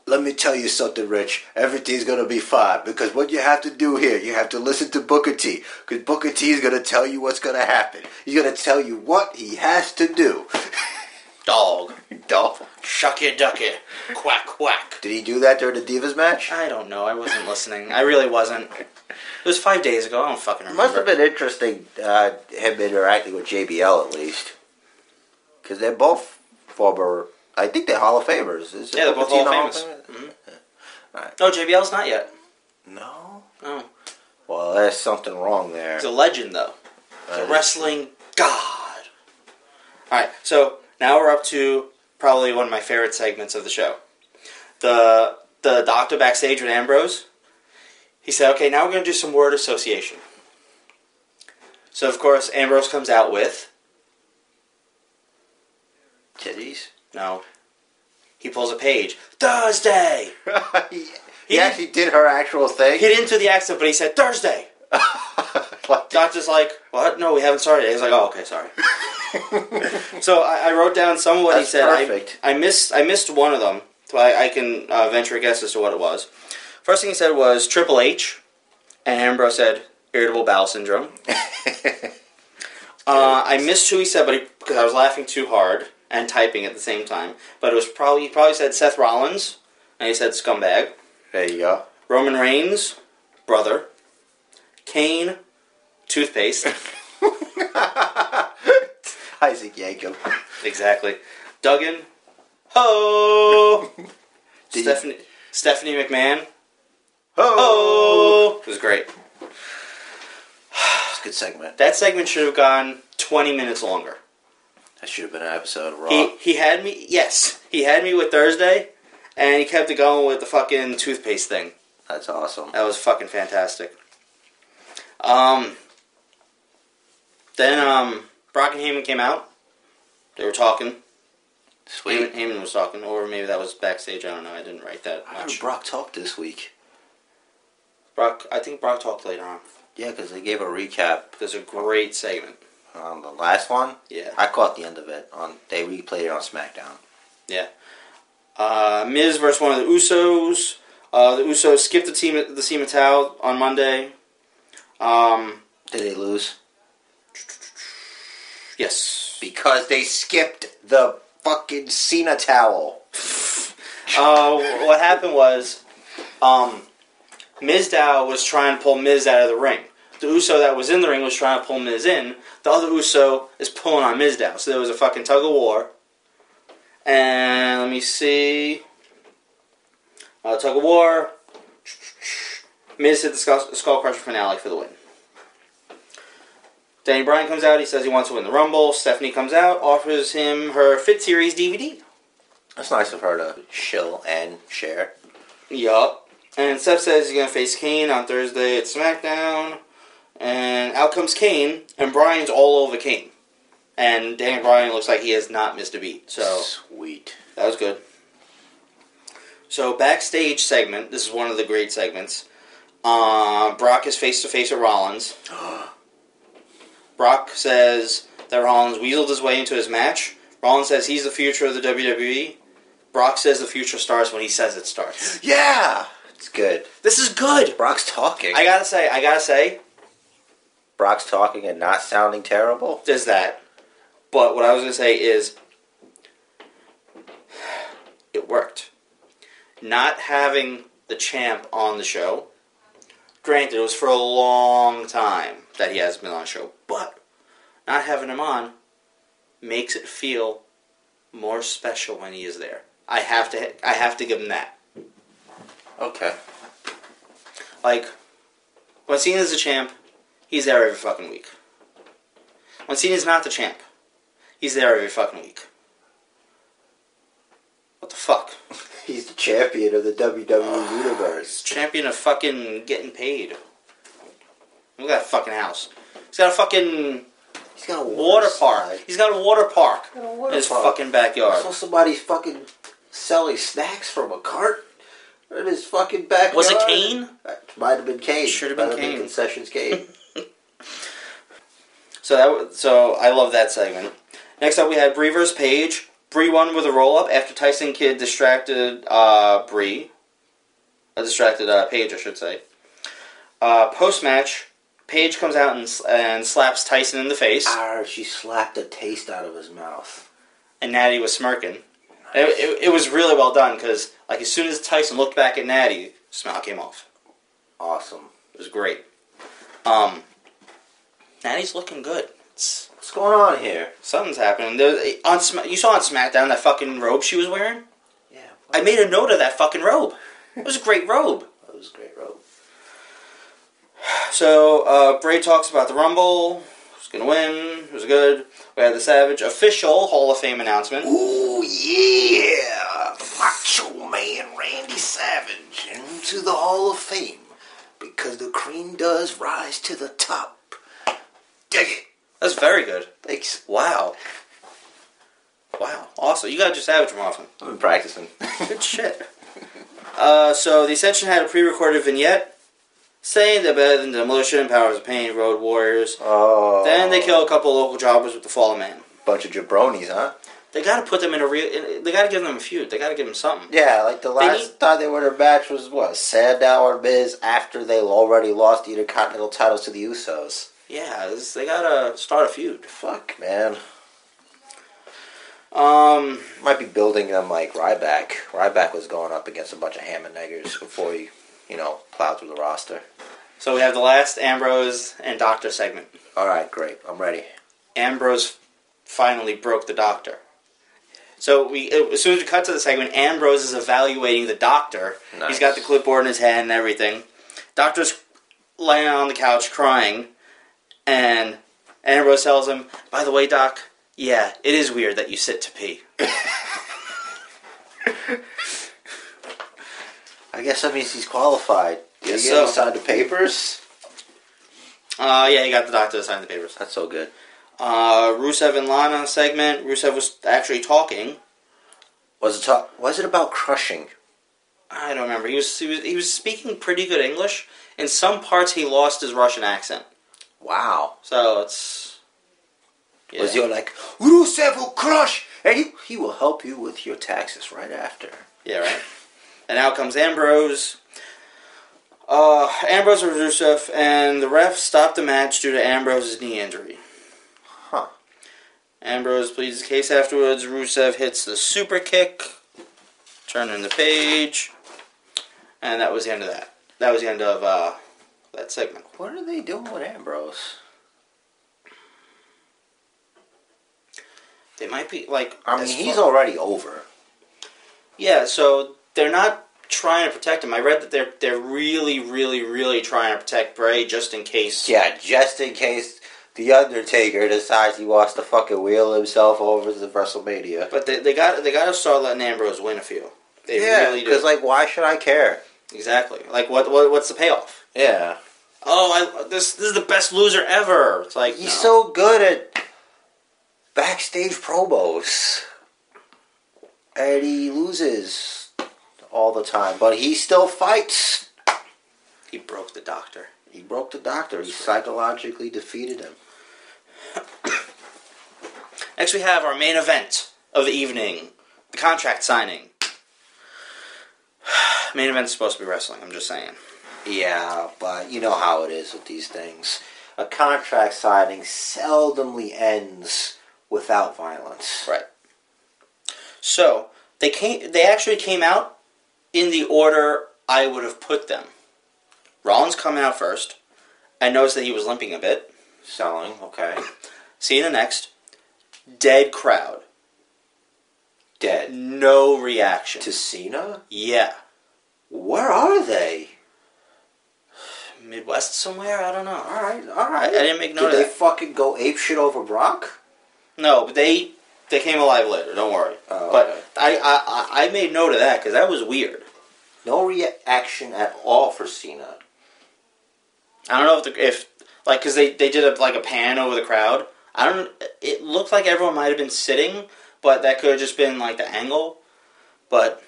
Let me tell you something, Rich. Everything's gonna be fine because what you have to do here, you have to listen to Booker T. Because Booker T is gonna tell you what's gonna happen. He's gonna tell you what he has to do.
Dog,
Dolph.
shuck your ducky, quack quack.
Did he do that during the Divas match?
I don't know. I wasn't listening. I really wasn't. It was five days ago. I don't fucking
It
remember.
must have been interesting uh, him interacting with JBL at least, because they're both former. I think they're Hall of Famers. Is
Yeah, they're both
Patino
Hall of
Famer?
No, JBL's not yet.
No.
Oh.
Well, there's something wrong there.
He's a legend, though. He's a
Uh,
wrestling god. All right, so now we're up to probably one of my favorite segments of the show. The the doctor backstage with Ambrose. He said, "Okay, now we're going to do some word association." So of course, Ambrose comes out with
titties.
no. He pulls a page. Thursday.
he,
He-
he actually did her actual thing.
He didn't do the accent, but he said Thursday.
Like,
Doctor's like, "What? No, we haven't started." He's like, "Oh, okay, sorry." So I, I wrote down some of what
That's
he said. I-
perfect.
I, missed I missed one of them, so I, I can uh, venture a guess as to what it was. First thing he said was Triple H, and Ambrose said irritable bowel syndrome. Uh, I missed who he said, but because I was laughing too hard and typing at the same time. But it was probably he probably said Seth Rollins, and he said scumbag.
there you go.
Roman Reigns, brother. Kane, toothpaste.
Isaac Yankum.
Exactly. Duggan. Ho.
Did
Stephanie Stephanie McMahon.
Oh,
Ho. It was great.
it's a good segment.
That segment should have gone 20 minutes longer.
That should have been an episode of Raw.
He he had me. Yes, he had me with Thursday, and he kept it going with the fucking toothpaste thing.
That's awesome.
That was fucking fantastic. Um. Then um, Brock and Heyman came out. They were talking. Heyman,
Sweet.
Heyman was talking, or maybe that was backstage. I don't know. I didn't write that
How did
much.
Brock talk this week?
Brock, I think Brock talked later on.
Yeah, because they gave a recap
There's a great segment.
on the last one.
Yeah.
I caught the end of it. On they replayed it on SmackDown.
Uh, Miz versus one of the Usos. Uh, the Usos skipped the team the team towel on Monday. Um,
Did they lose?
yes.
Because they skipped the fucking Cena towel.
Uh, what happened was, um, Miz Dow was trying to pull Miz out of the ring. The Uso that was in the ring was trying to pull Miz in. The other Uso is pulling on Miz Dow. So there was a fucking tug of war. And let me see. Uh, tug of war. Miz hit the skull, skull crusher finale for the win. Danny Bryan comes out. He says he wants to win the Rumble. Stephanie comes out, offers him her Fit Series DVD.
That's nice of her to shill and share.
Yup. And Seth says he's gonna face Kane on Thursday at SmackDown. And out comes Kane, and Brian's all over Kane. And Dan Bryan looks like he has not missed a beat. So
Sweet.
that was good. So backstage segment, this is one of the great segments. Uh, Brock is face to face with Rollins. Brock says that Rollins weaseled his way into his match. Rollins says he's the future of the WWE. Brock says the future starts when he says it starts.
Yeah, it's good.
This is good.
Brock's talking.
I gotta say, I gotta say,
Brock's talking and not sounding terrible.
there's that. But what I was gonna say is, it worked. Not having the champ on the show, granted, it was for a long time that he has been on the show, but not having him on makes it feel more special when he is there. I have to, I have to give him that.
Okay.
Like, when Cena's the champ, he's there every fucking week. When Cena's not the champ, he's there every fucking week. What the fuck?
He's the champion of the WWE universe.
He's champion of fucking getting paid. Look at that fucking house. He's got a fucking
He's got a
water park.
slide.
He's got a water park
He's got a
in
water
his
park.
fucking backyard.
saw somebody fucking selling snacks from a cart in his fucking backyard.
Was it Kane?
That Might have been Kane.
Should have
Might
been Kane.
concessions Kane.
So that wa- so I love that segment. Next up, we had Bree versus Paige. Bree won with a roll up after Tyson Kidd distracted uh, Bree, uh, distracted uh, Paige, I should say. Uh, Post match, Paige comes out and, s- and slaps Tyson in the face,
ah, she slapped the taste out of his mouth.
and Natty was smirking. It, it, it was really well done because like as soon as Tyson looked back at Natty, smile came off.
Awesome.
It was great. Um, Natty's looking good. It's,
What's going on here?
Something's happening. There, on Sma- you saw on SmackDown that fucking robe she was wearing.
Yeah.
I made a note of that fucking robe. It was a great robe.
That was a great robe.
So uh, Bray talks about the Rumble. Who's gonna win? Who's good? We had the Savage official Hall of Fame announcement.
Ooh yeah, Macho Man Randy Savage into the Hall of Fame because the cream does rise to the top. Dig it.
That's very good.
Thanks.
Wow. Wow. Awesome. You gotta do Savage more often.
I've been practicing.
Good shit. Uh, so the Ascension had a pre-recorded vignette saying they're better than Demolition, Powers of Pain, Road Warriors.
oh.
Then they kill a couple local jobbers with the Fallen Man.
bunch of jabronis, huh?
They got to put them in a real. in- They got to give them a feud. They got to give them something.
Yeah, like the last
need-
time they were in a match was what Sandow or Miz after they already lost the Intercontinental titles to the Usos.
Yeah, this, they got to start a feud.
Fuck, man.
Um,
Might be building them like Ryback. Ryback was going up against a bunch of hammer niggers before he, you know, plowed through the roster.
so we have the last Ambrose and Doctor segment.
All right, great. I'm ready.
Ambrose finally broke the Doctor. So we, uh, as soon as we cut to the segment, Ambrose is evaluating the Doctor.
Nice.
He's got the clipboard in his hand and everything. Doctor's laying on the couch crying, and Ambrose tells him, "By the way, Doc, yeah, it is weird that you sit to pee."
I guess that means he's qualified. Did
Guess
he get
so.
signed the papers?
Uh, yeah, he got the Doctor to sign the papers.
That's so good.
uh, Rusev and Lana segment. Rusev was actually talking.
Was it talk? Was it about crushing?
I don't remember. He was he was, he was speaking pretty good English. In some parts, he lost his Russian accent.
Wow.
So it's yeah.
Was he like Rusev will crush, and he he will help you with your taxes right after.
yeah right. And out comes Ambrose. Uh, Ambrose and Rusev, and the ref stopped the match due to Ambrose's knee injury.
Huh.
Ambrose pleads the case afterwards. Rusev hits the super kick, turning the page, and that was the end of that. That was the end of uh, that segment.
What are they doing with Ambrose?
They might be like.
I mean,
as
he's
far-
already over.
Yeah, so they're not trying to protect him. I read that they're they're really, really, really trying to protect Bray just in case.
Yeah, just in case the Undertaker decides he wants to fucking wheel himself over to WrestleMania.
But they, they got they got to start letting Ambrose win a few. They
yeah,
really do.
because like, why should I care?
exactly. Like what, what what's the payoff?
Yeah,
Oh, I, this this is the best loser ever. It's like
he's
no.
so good at backstage promos, and he loses all the time, but he still fights.
he broke the doctor.
He broke the doctor. He psychologically defeated him.
Next, we have our main event of the evening the contract signing. main event's supposed to be wrestling, I'm just saying.
Yeah, but you know how it is with these things. A contract signing seldomly ends without violence.
Right. So, they, came, they actually came out in the order I would have put them. Rollins coming out first. I noticed that he was limping a bit.
Selling, okay.
Cena next. Dead crowd.
Dead.
No reaction.
To Cena?
Yeah.
Where are they?
Midwest somewhere. I don't know.
All right, all right.
I didn't make note
Did
of
they
that.
fucking go ape shit over Brock?
No, but they they came alive later. Don't worry.
Oh, okay.
But I, I I- I made note of that because that was weird.
No reaction at all for Cena.
I don't know if the if like because they they did a, like a pan over the crowd. I don't. It looked like everyone might have been sitting, but that could have just been like the angle. But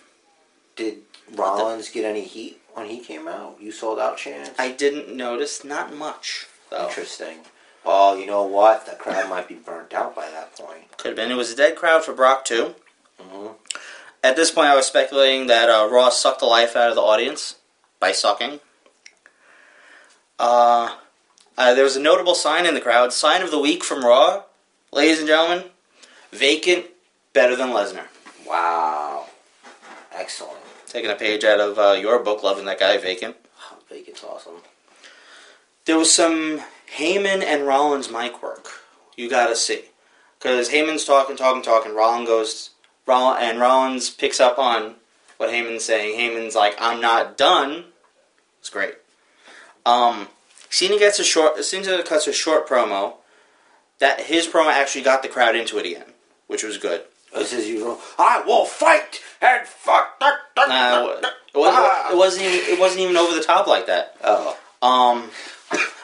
Did Rollins get any heat when he came out? You sold out chance.
I didn't notice not much. Though
Interesting. Oh, you know what? The crowd might be burnt out by that point.
could have been it was a dead crowd for Brock too. Mm-hmm.
Mhm.
At this point, I was speculating that uh, Raw sucked the life out of the audience by sucking. Uh, uh, there was a notable sign in the crowd. Sign of the week from Raw, ladies and gentlemen. Vacant, better than Lesnar.
Wow. Excellent.
Taking a page out of uh, your book, loving that guy vacant.
Oh, Vegas awesome.
There was some Heyman and Rollins mic work. You gotta see, because Heyman's talking, talking, talking. Rollins goes, Roll, and Rollins picks up on what Heyman's saying. Heyman's like, "I'm not done." It's great. Um, Cena gets a short. Cena cuts a short promo. That his promo actually got the crowd into it again, which was good.
This is usual. I will fight and fuck.
Nah, it, wa- it wasn't. Even, it wasn't even over the top like that.
ah. Oh.
Um,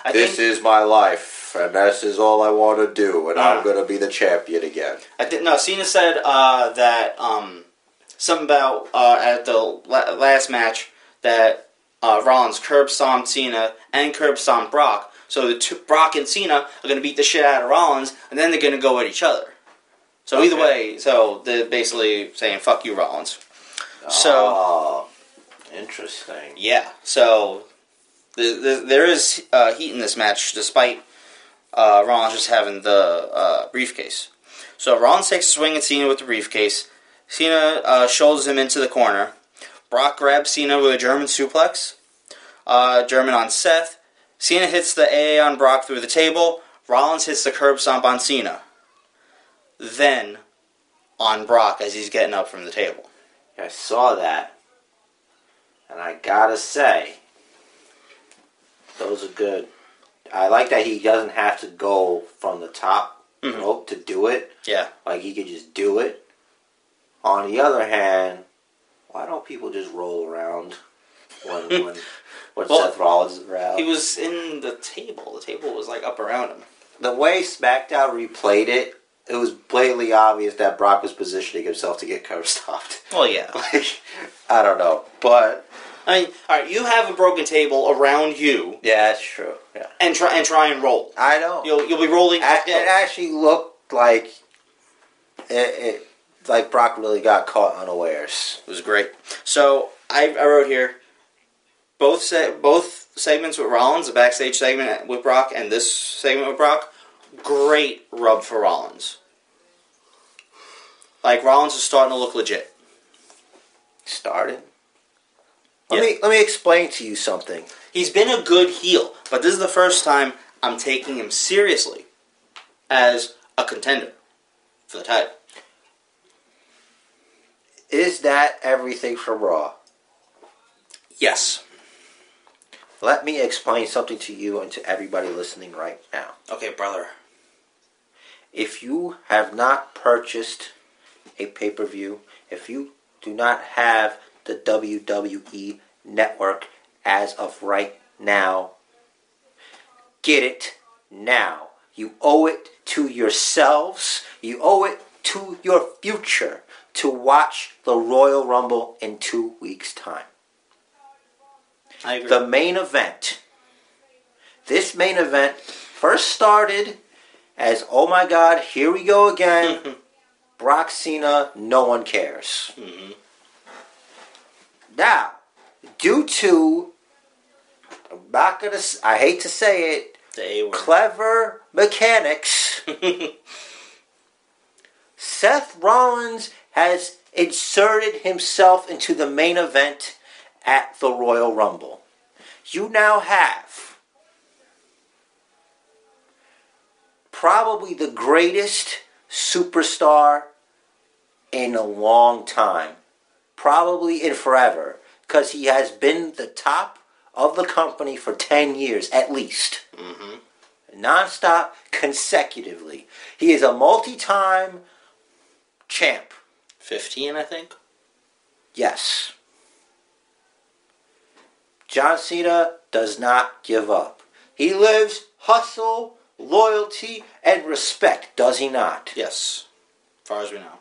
I think,
This is my life, and this is all I want to do, and
Ah.
I'm going to be the champion again.
I think no. Cena said uh, that um, something about uh, at the la- last match that uh, Rollins curb stomped Cena and curb stomped Brock. So the two, Brock and Cena are going to beat the shit out of Rollins, and then they're going to go at each other. So either
Okay.
way, so they're basically saying "fuck you, Rollins." So-
Ah, interesting.
Yeah. So th- th- there is uh, heat in this match, despite uh, Rollins just having the uh, briefcase. So Rollins takes a swing at Cena with the briefcase. Cena uh, shoulders him into the corner. Brock grabs Cena with a German suplex. Uh, German on Seth. Cena hits the AA on Brock through the table. Rollins hits the curb stomp on Cena. Then on Brock as he's getting up from the table.
I saw that, and I gotta say, those are good. I like that he doesn't have to go from the top
Mhm.
rope to do it.
Yeah.
Like he could just do it. On the other hand, why don't people just roll around when when, when
Well,
Seth Rollins is around?
He was in the table. The table was like up around him.
the way SmackDown replayed it, it was blatantly obvious that Brock was positioning himself to get curb stopped.
Well, yeah.
Like, I don't know, but
I mean, all right. You have a broken table around you,
yeah, that's true. Yeah,
and try and try and roll.
I know.
You'll you'll be rolling.
A- it actually looked like it, it, like Brock really got caught unawares.
was great. So I, I wrote here. Both se- both segments with Rollins, the backstage segment with Brock, and this segment with Brock, great rub for Rollins. Like Rollins is starting to look legit.
Started. Let me let me explain to you something.
He's been a good heel, but this is the first time I'm taking him seriously as a contender for the title.
Is that everything from Raw?
Yes.
Let me explain something to you and to everybody listening right now.
Okay, brother.
If you have not purchased a pay per view, if you do not have the WWE network as of right now, get it now. You owe it to yourselves, you owe it to your future to watch the Royal Rumble in two weeks' time
I agree.
the main event. This main event first started as oh my god, here we go again. Brock Cena, no one cares.
Mhm.
Now, due to I'm not gonna s- I hate to say it,
the A word.
clever mechanics, Seth Rollins has inserted himself into the main event at the Royal Rumble. You now have probably the greatest superstar in a long time, probably in forever, because he has been the top of the company for 10 years at least. Non-stop, consecutively. He is a multi-time champ.
15, I think.
Yes. John Cena does not give up. He lives hustle, loyalty, and respect, does he not?
Yes. Far as we know.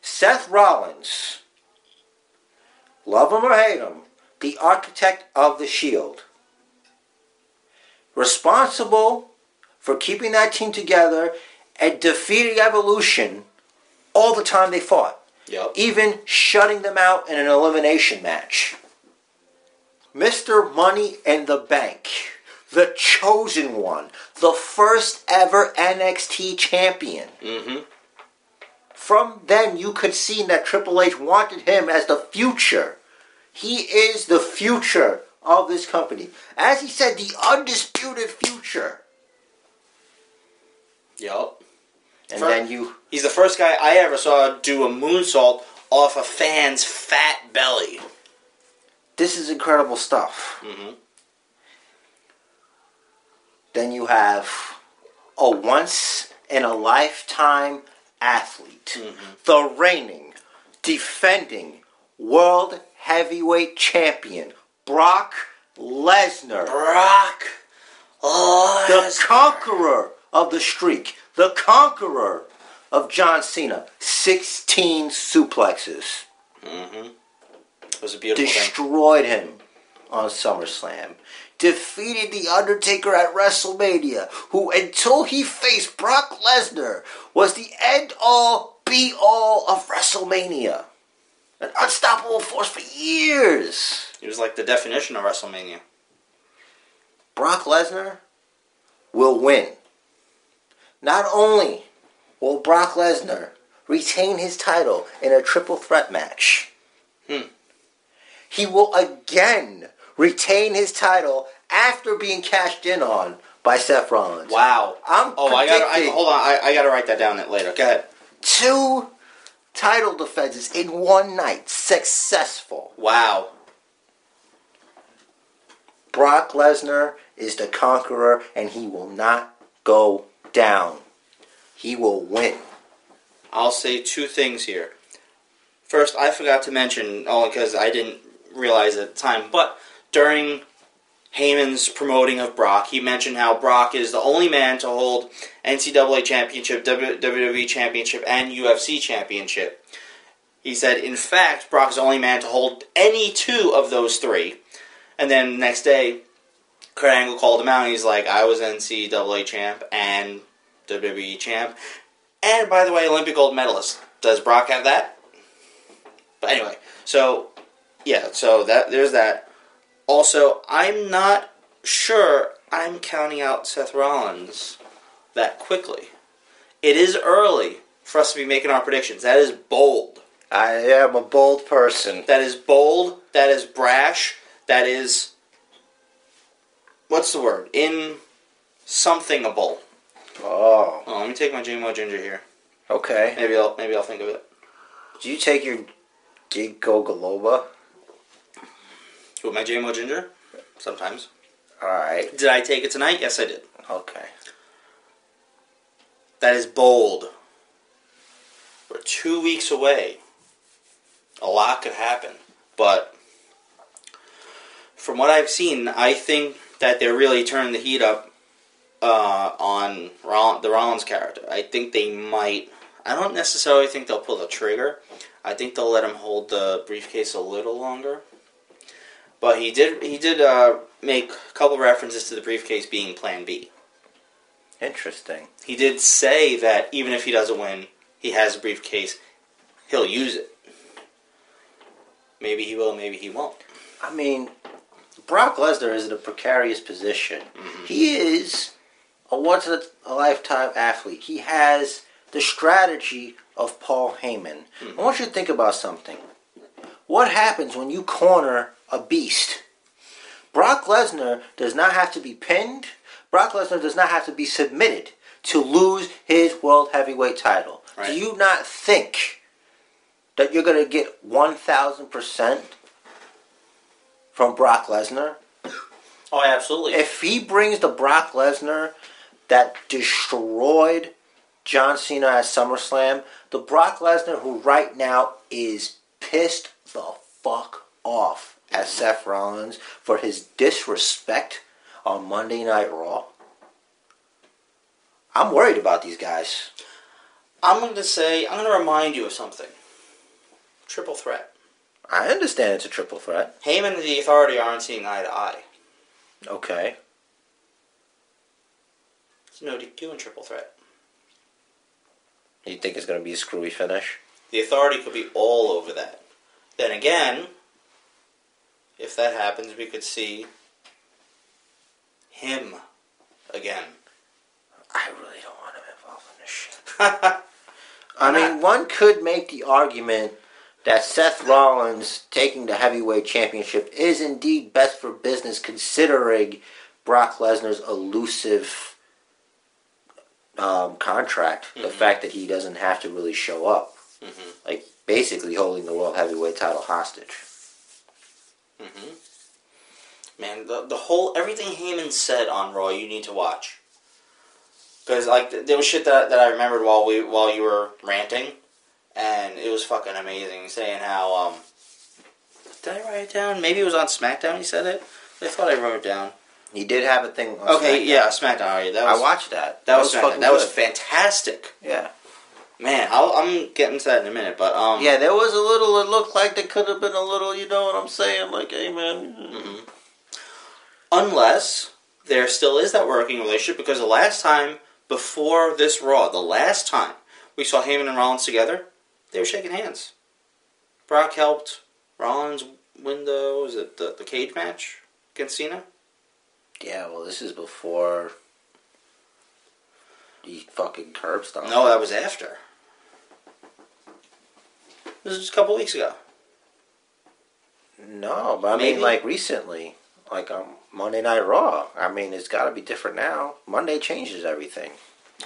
Seth Rollins, love him or hate him, the architect of the Shield, responsible for keeping that team together and defeating Evolution all the time they fought,
Yep.
even shutting them out in an elimination match. Mr. Money in the Bank, the chosen one, the first ever NXT champion.
Mm-hmm.
From then, you could see that Triple H wanted him as the future. He is the future of this company. As he said, the undisputed future.
Yep.
And
For-
then you,
He's the first guy I ever saw do a moonsault off a fan's fat belly.
this is incredible stuff.
Mm-hmm.
Then you have a once in a lifetime athlete, the reigning, defending world heavyweight champion, Brock Lesnar.
Brock
the
Lesnar.
conqueror of the streak, the conqueror of John Cena. 16 suplexes
Mm-hmm. It was a beautiful thing.
destroyed him on SummerSlam. Defeated The Undertaker at WrestleMania, who, until he faced Brock Lesnar, was the end all, be all of WrestleMania. An unstoppable force for years.
He was like the definition of WrestleMania.
Brock Lesnar will win. Not only will Brock Lesnar retain his title in a triple threat match,
Hmm.
he will again retain his title after being cashed in on by Seth Rollins.
Wow.
I'm
Oh, I gotta I,
predicting
hold on. I, I gotta write that down later. Go ahead.
two title defenses in one night. Successful.
Wow.
Brock Lesnar is the conqueror and he will not go down. He will win.
I'll say two things here. First, I forgot to mention, only because I didn't realize at the time, but during Heyman's promoting of Brock, he mentioned how Brock is the only man to hold NCAA championship, W- WWE championship, and UFC championship. He said, in fact, Brock is the only man to hold any two of those three. And then next day, Kurt Angle called him out, and he's like, I was NCAA champ and WWE champ, and by the way, Olympic gold medalist. Does Brock have that? But anyway, so yeah, so that there's that. Also, I'm not sure I'm counting out Seth Rollins that quickly. It is early for us to be making our predictions. That is bold.
I am a bold person.
That is bold. That is brash. That is what's the word? In somethingable.
Oh,
Oh, let me take my JMO ginger here.
okay.
Maybe I'll maybe I'll think of it.
Do you take your Ginkgo Galoba?
With my JMO ginger? Sometimes.
Alright,
Did I take it tonight? Yes, I did.
okay.
That is bold. We're two weeks away. A lot could happen. But from what I've seen, I think that they're really turning the heat up uh, on Roll- the Rollins character. I think they might. I don't necessarily think they'll pull the trigger. I think they'll let him hold the briefcase a little longer. But he did. He did uh, make a couple references to the briefcase being Plan B
Interesting.
he did say that even if he doesn't win, he has a briefcase. He'll use it. Maybe he will. Maybe he won't.
I mean, Brock Lesnar is in a precarious position. He is a once in a lifetime athlete. He has the strategy of Paul Heyman. I want you to think about something. What happens when you corner a beast? Brock Lesnar does not have to be pinned, Brock Lesnar does not have to be submitted to lose his World Heavyweight title.
Right.
Do you not think that you're going to get 1,000%? from Brock Lesnar.
Oh, absolutely.
If he brings the Brock Lesnar that destroyed John Cena at SummerSlam, the Brock Lesnar who right now is pissed the fuck off at Seth Rollins for his disrespect on Monday Night Raw. I'm worried about these guys.
I'm going to say, I'm going to remind you of something. Triple threat.
I understand it's a triple threat.
Heyman and the Authority aren't seeing eye to eye.
Okay.
There's no DQ in triple threat.
You think it's going to be a screwy finish?
The Authority could be all over that. Then again, if that happens, we could see him again.
I really don't want him involved in this shit.
I
I mean, one could make the argument that Seth Rollins taking the heavyweight championship is indeed best for business, considering Brock Lesnar's elusive um, contract. The
Mhm.
fact that he doesn't have to really show up,
Mhm.
like basically holding the world heavyweight title hostage.
hmm Mm-hmm. Man, the, the whole everything Heyman said on Raw, you need to watch. Because like th- there was shit that, that I remembered while we while you were ranting, and it was fucking amazing. Saying how um, did I write it down? Maybe it was on SmackDown. He said it. I thought I wrote it down.
He did have a thing. On
okay,
SmackDown.
yeah, SmackDown. all right, that was
I watched that.
that was
fucking
SmackDown. that was
good.
fantastic.
yeah,
Man, I'll, I'm getting to that in a minute, but um,
yeah. There was a little. It looked like there could have been a little. You know what I'm saying? Like, hey man,
Mhm. Unless there still is that working relationship, because the last time before this Raw, the last time we saw Heyman and Rollins together, they were shaking hands. Brock helped Rollins win the what was it the, the cage match against Cena.
Yeah, well, this is before the fucking curb stop.
No, that was after. This was just a couple weeks ago.
no, but I
Maybe.
mean, like recently, like um, Monday Night Raw. I mean, it's got to be different now. Monday changes everything.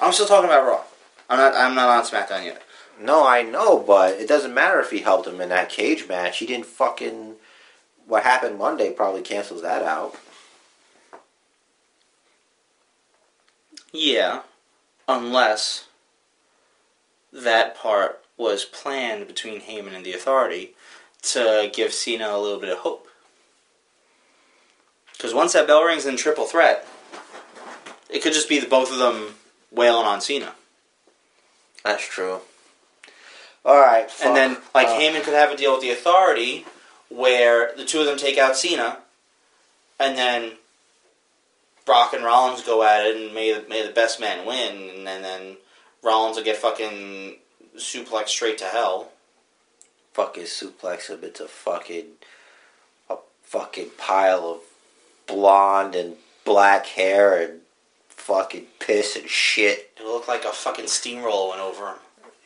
I'm still talking about Raw. I'm not. I'm not on SmackDown yet.
No, I know, but it doesn't matter if he helped him in that cage match. He didn't fucking. What happened Monday probably cancels that out.
Yeah, unless that part was planned between Heyman and the Authority to give Cena a little bit of hope. Because once that bell rings in Triple Threat, it could just be the both of them wailing on Cena,
That's true. All right, fuck.
and then like
Uh,
Heyman could have a deal with the Authority where the two of them take out Cena, and then Brock and Rollins go at it, and may the, may the best man win, and then, then Rollins will get fucking suplex straight to hell.
fucking suplex him into fucking a fucking pile of blonde and black hair and fucking piss and shit.
It'll look like a fucking steamroller went over him.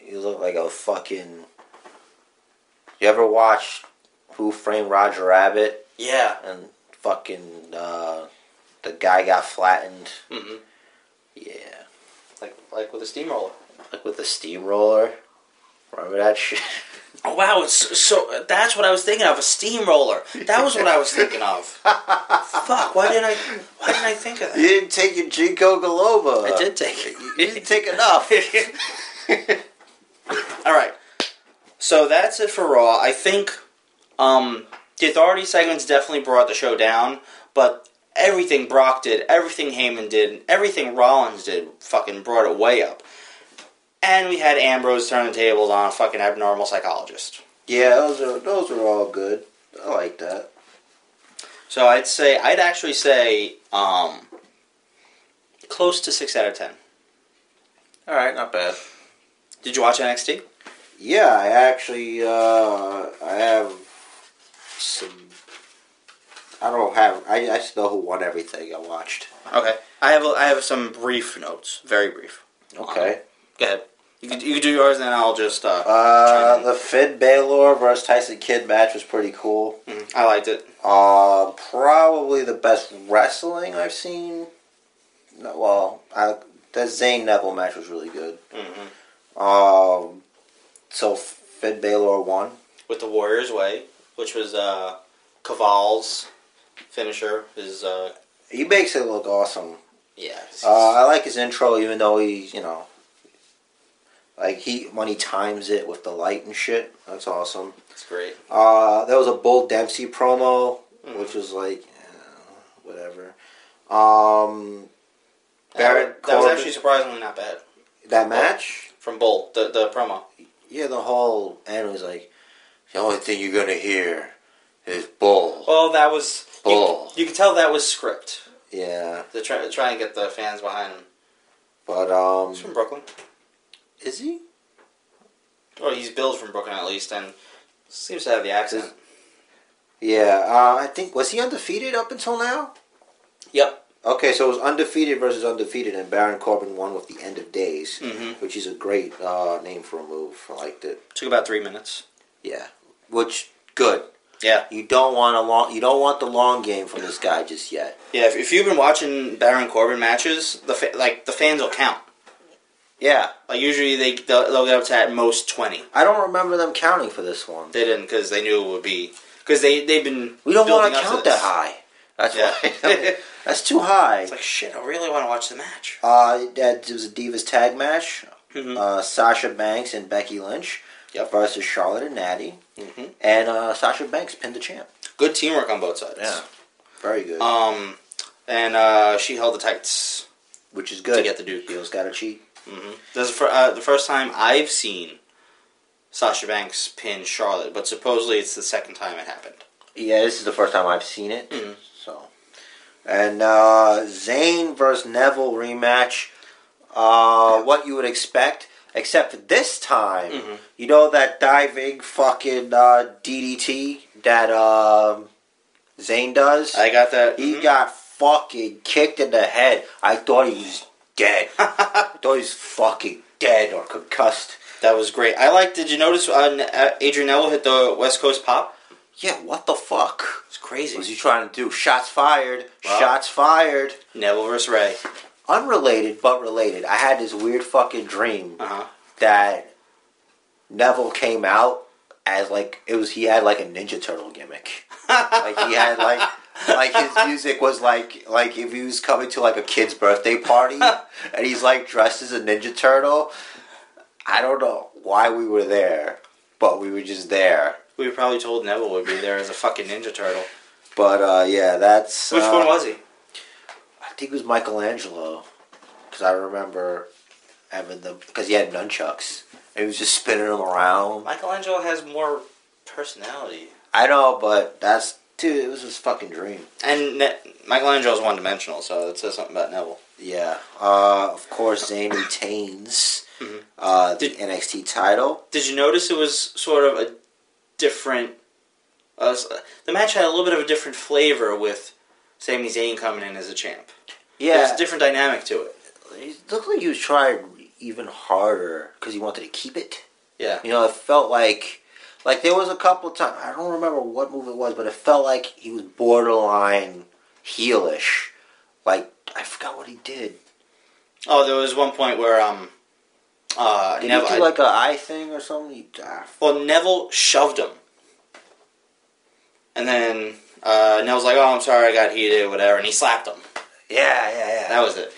You look like a fucking. You ever watch Who Framed Roger Rabbit
Yeah.
and fucking uh, the guy got flattened?
Mm-hmm.
Yeah,
Like like with a steamroller.
like with a steamroller. Remember that shit?
Oh wow! It's so that's what I was thinking of a steamroller. That was what I was thinking of. Fuck! Why didn't I? Why didn't I think of
You
that?
didn't take your Jinko Globa.
I did Uh, take it.
You didn't take enough.
All right. So that's it for Raw. I think um, the Authority segments definitely brought the show down, but everything Brock did, everything Heyman did, everything Rollins did, fucking brought it way up. And we had Ambrose turn the tables on a fucking abnormal psychologist.
Yeah, those are those are all good. I like that.
So I'd say I'd actually say um, close to six out of ten.
All right, not bad.
Did you watch NXT?
Yeah, I actually uh, I have some. I don't have. I I just know who won everything I watched.
Okay. I have a, I have some brief notes, very brief.
Okay.
Go ahead. You can, you can do yours, and then I'll just. Uh,
Uh, the Finn Balor versus Tyson Kidd match was pretty cool.
mm, I liked it.
Uh, probably the best wrestling I've seen. No, well, I, the Zayn Neville match was really good.
hmm
Um, so Finn Balor won.
With the Warriors way, which was uh, Caval's finisher is uh
He makes it look awesome.
yeah.
Uh, I like his intro, even though he, you know, like he when he times it with the light and shit. That's awesome.
it's great.
Uh, there was a Bull Dempsey promo,
Mhm.
which was like, eh, whatever. Um, Barrett
that, was
Corbin-
actually surprisingly not bad
that match,
from Bull. The the promo.
yeah, the whole end was like, the only thing you're gonna hear is Bull.
Well, that was you-
Bull.
You, could tell that was script
Yeah,
to try to try and get the fans behind him.
but um,
He's from Brooklyn,
is he?
or he's Bill's from Brooklyn at least, and seems to have the accent.
Yeah, uh, I think was he undefeated up until now?
Yep.
Okay, so it was undefeated versus undefeated, and Baron Corbin won with the End of Days,
Mm-hmm.
which is a great uh, name for a move. I liked it.
Took about three minutes.
Yeah, which good.
Yeah.
You don't want a long. You don't want the long game from this guy just yet.
Yeah. If, if you've been watching Baron Corbin matches, the fa- like the fans will count.
Yeah,
Like usually they they'll, they'll get up to at most twenty.
I don't remember them counting for this one.
They didn't because they knew it would be because they they've been
We don't want
building
to
up
count
this.
that high. That's
Yeah.
why. That's too high.
It's like shit. I really want to watch the match.
Uh, that was a Divas tag match.
Mhm.
Uh, Sasha Banks and Becky Lynch
Yep.
versus Charlotte and Natty.
hmm
And uh, Sasha Banks pinned the champ.
Good teamwork on both sides.
Very good.
Um, and uh, she held the tights.
Which is good.
to get the Duke.
Heels got to cheat.
Mm-hmm. This is for, uh, the first time I've seen Sasha Banks pin Charlotte, but supposedly it's the second time it happened.
Yeah, this is the first time I've seen it.
Mhm.
So, and uh, Zayn versus Neville rematch. Uh, what you would expect, except for this time,
Mhm.
you know that diving fucking uh, DDT that um Zayn does.
I got that.
he
mhm.
got fucking kicked in the head. I thought he was dead. I thought he was fucking dead or concussed.
that was great. I like. Did you notice uh, N- uh, Adrian Neville hit the West Coast pop?
Yeah, what the fuck?
It's crazy.
What's he trying to do? Shots fired.
Wow.
Shots fired.
Neville versus Ray.
Unrelated but related. I had this weird fucking dream
Uh huh.
that Neville came out as like it was he had like a Ninja Turtle gimmick. like he had like like his music was like like if he was coming to like a kid's birthday party and he's like dressed as a Ninja Turtle. I don't know why we were there, but we were just there.
We were probably told Neville would be there as a fucking Ninja Turtle.
But uh yeah, that's
Which
uh,
one was he?
I think it was Michelangelo, because I remember having the because he had nunchucks. And he was just spinning them around.
Michelangelo has more personality.
I know, but that's dude. It was his fucking dream.
And ne- Michelangelo's one dimensional, so it says something about Neville.
Yeah. Uh, of course, Zayn retains
Mhm.
uh, the
Did-
NXT title.
Did you notice it was sort of a different? Uh, s- the match had a little bit of a different flavor with Sami Zayn coming in as a champ. There's
Yeah.
a different dynamic to it.
He looked like he was trying even harder because he wanted to keep it.
Yeah.
You know, it felt like like there was a couple times I don't remember what move it was, but it felt like he was borderline heelish. Like I forgot what he did.
Oh, there was one point where um, uh,
Did
Neville.
he do like a eye thing or something? He, ah,
well, Neville shoved him, and then uh, Neville's like, "Oh, I'm sorry, I got heated, whatever," and he slapped him.
yeah, yeah, yeah.
That was it.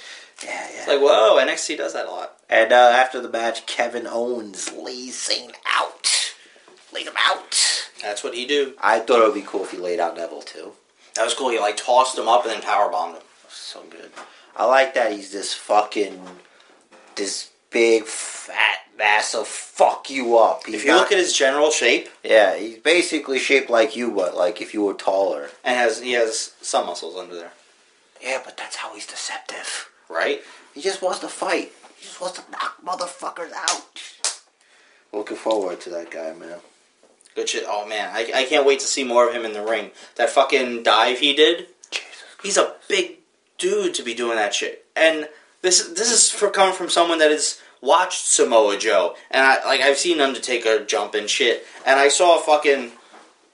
yeah, yeah.
It's like, whoa, NXT does that a lot.
And uh, after the match, Kevin Owens lays Zane out. Laid him out.
That's what he do.
I thought it would be cool if he laid out Neville too.
That was cool. He like tossed him up and then power bombed him.
So good. I like that he's this fucking, this big fat mass of fuck you up. He's
If you
not-
look at his general shape,
yeah, he's basically shaped like you, but like if you were taller.
and has he has some muscles under there,
Yeah, but that's how he's deceptive.
right?
He just wants to fight. He just wants to knock motherfuckers out. Looking forward to that guy, man.
Good shit. Oh man, I, I can't wait to see more of him in the ring. That fucking dive he did.
Jesus.
He's a big dude to be doing that shit. And this is- this is for coming from someone that has watched Samoa Joe, and I like I've seen Undertaker jump and shit, and I saw fucking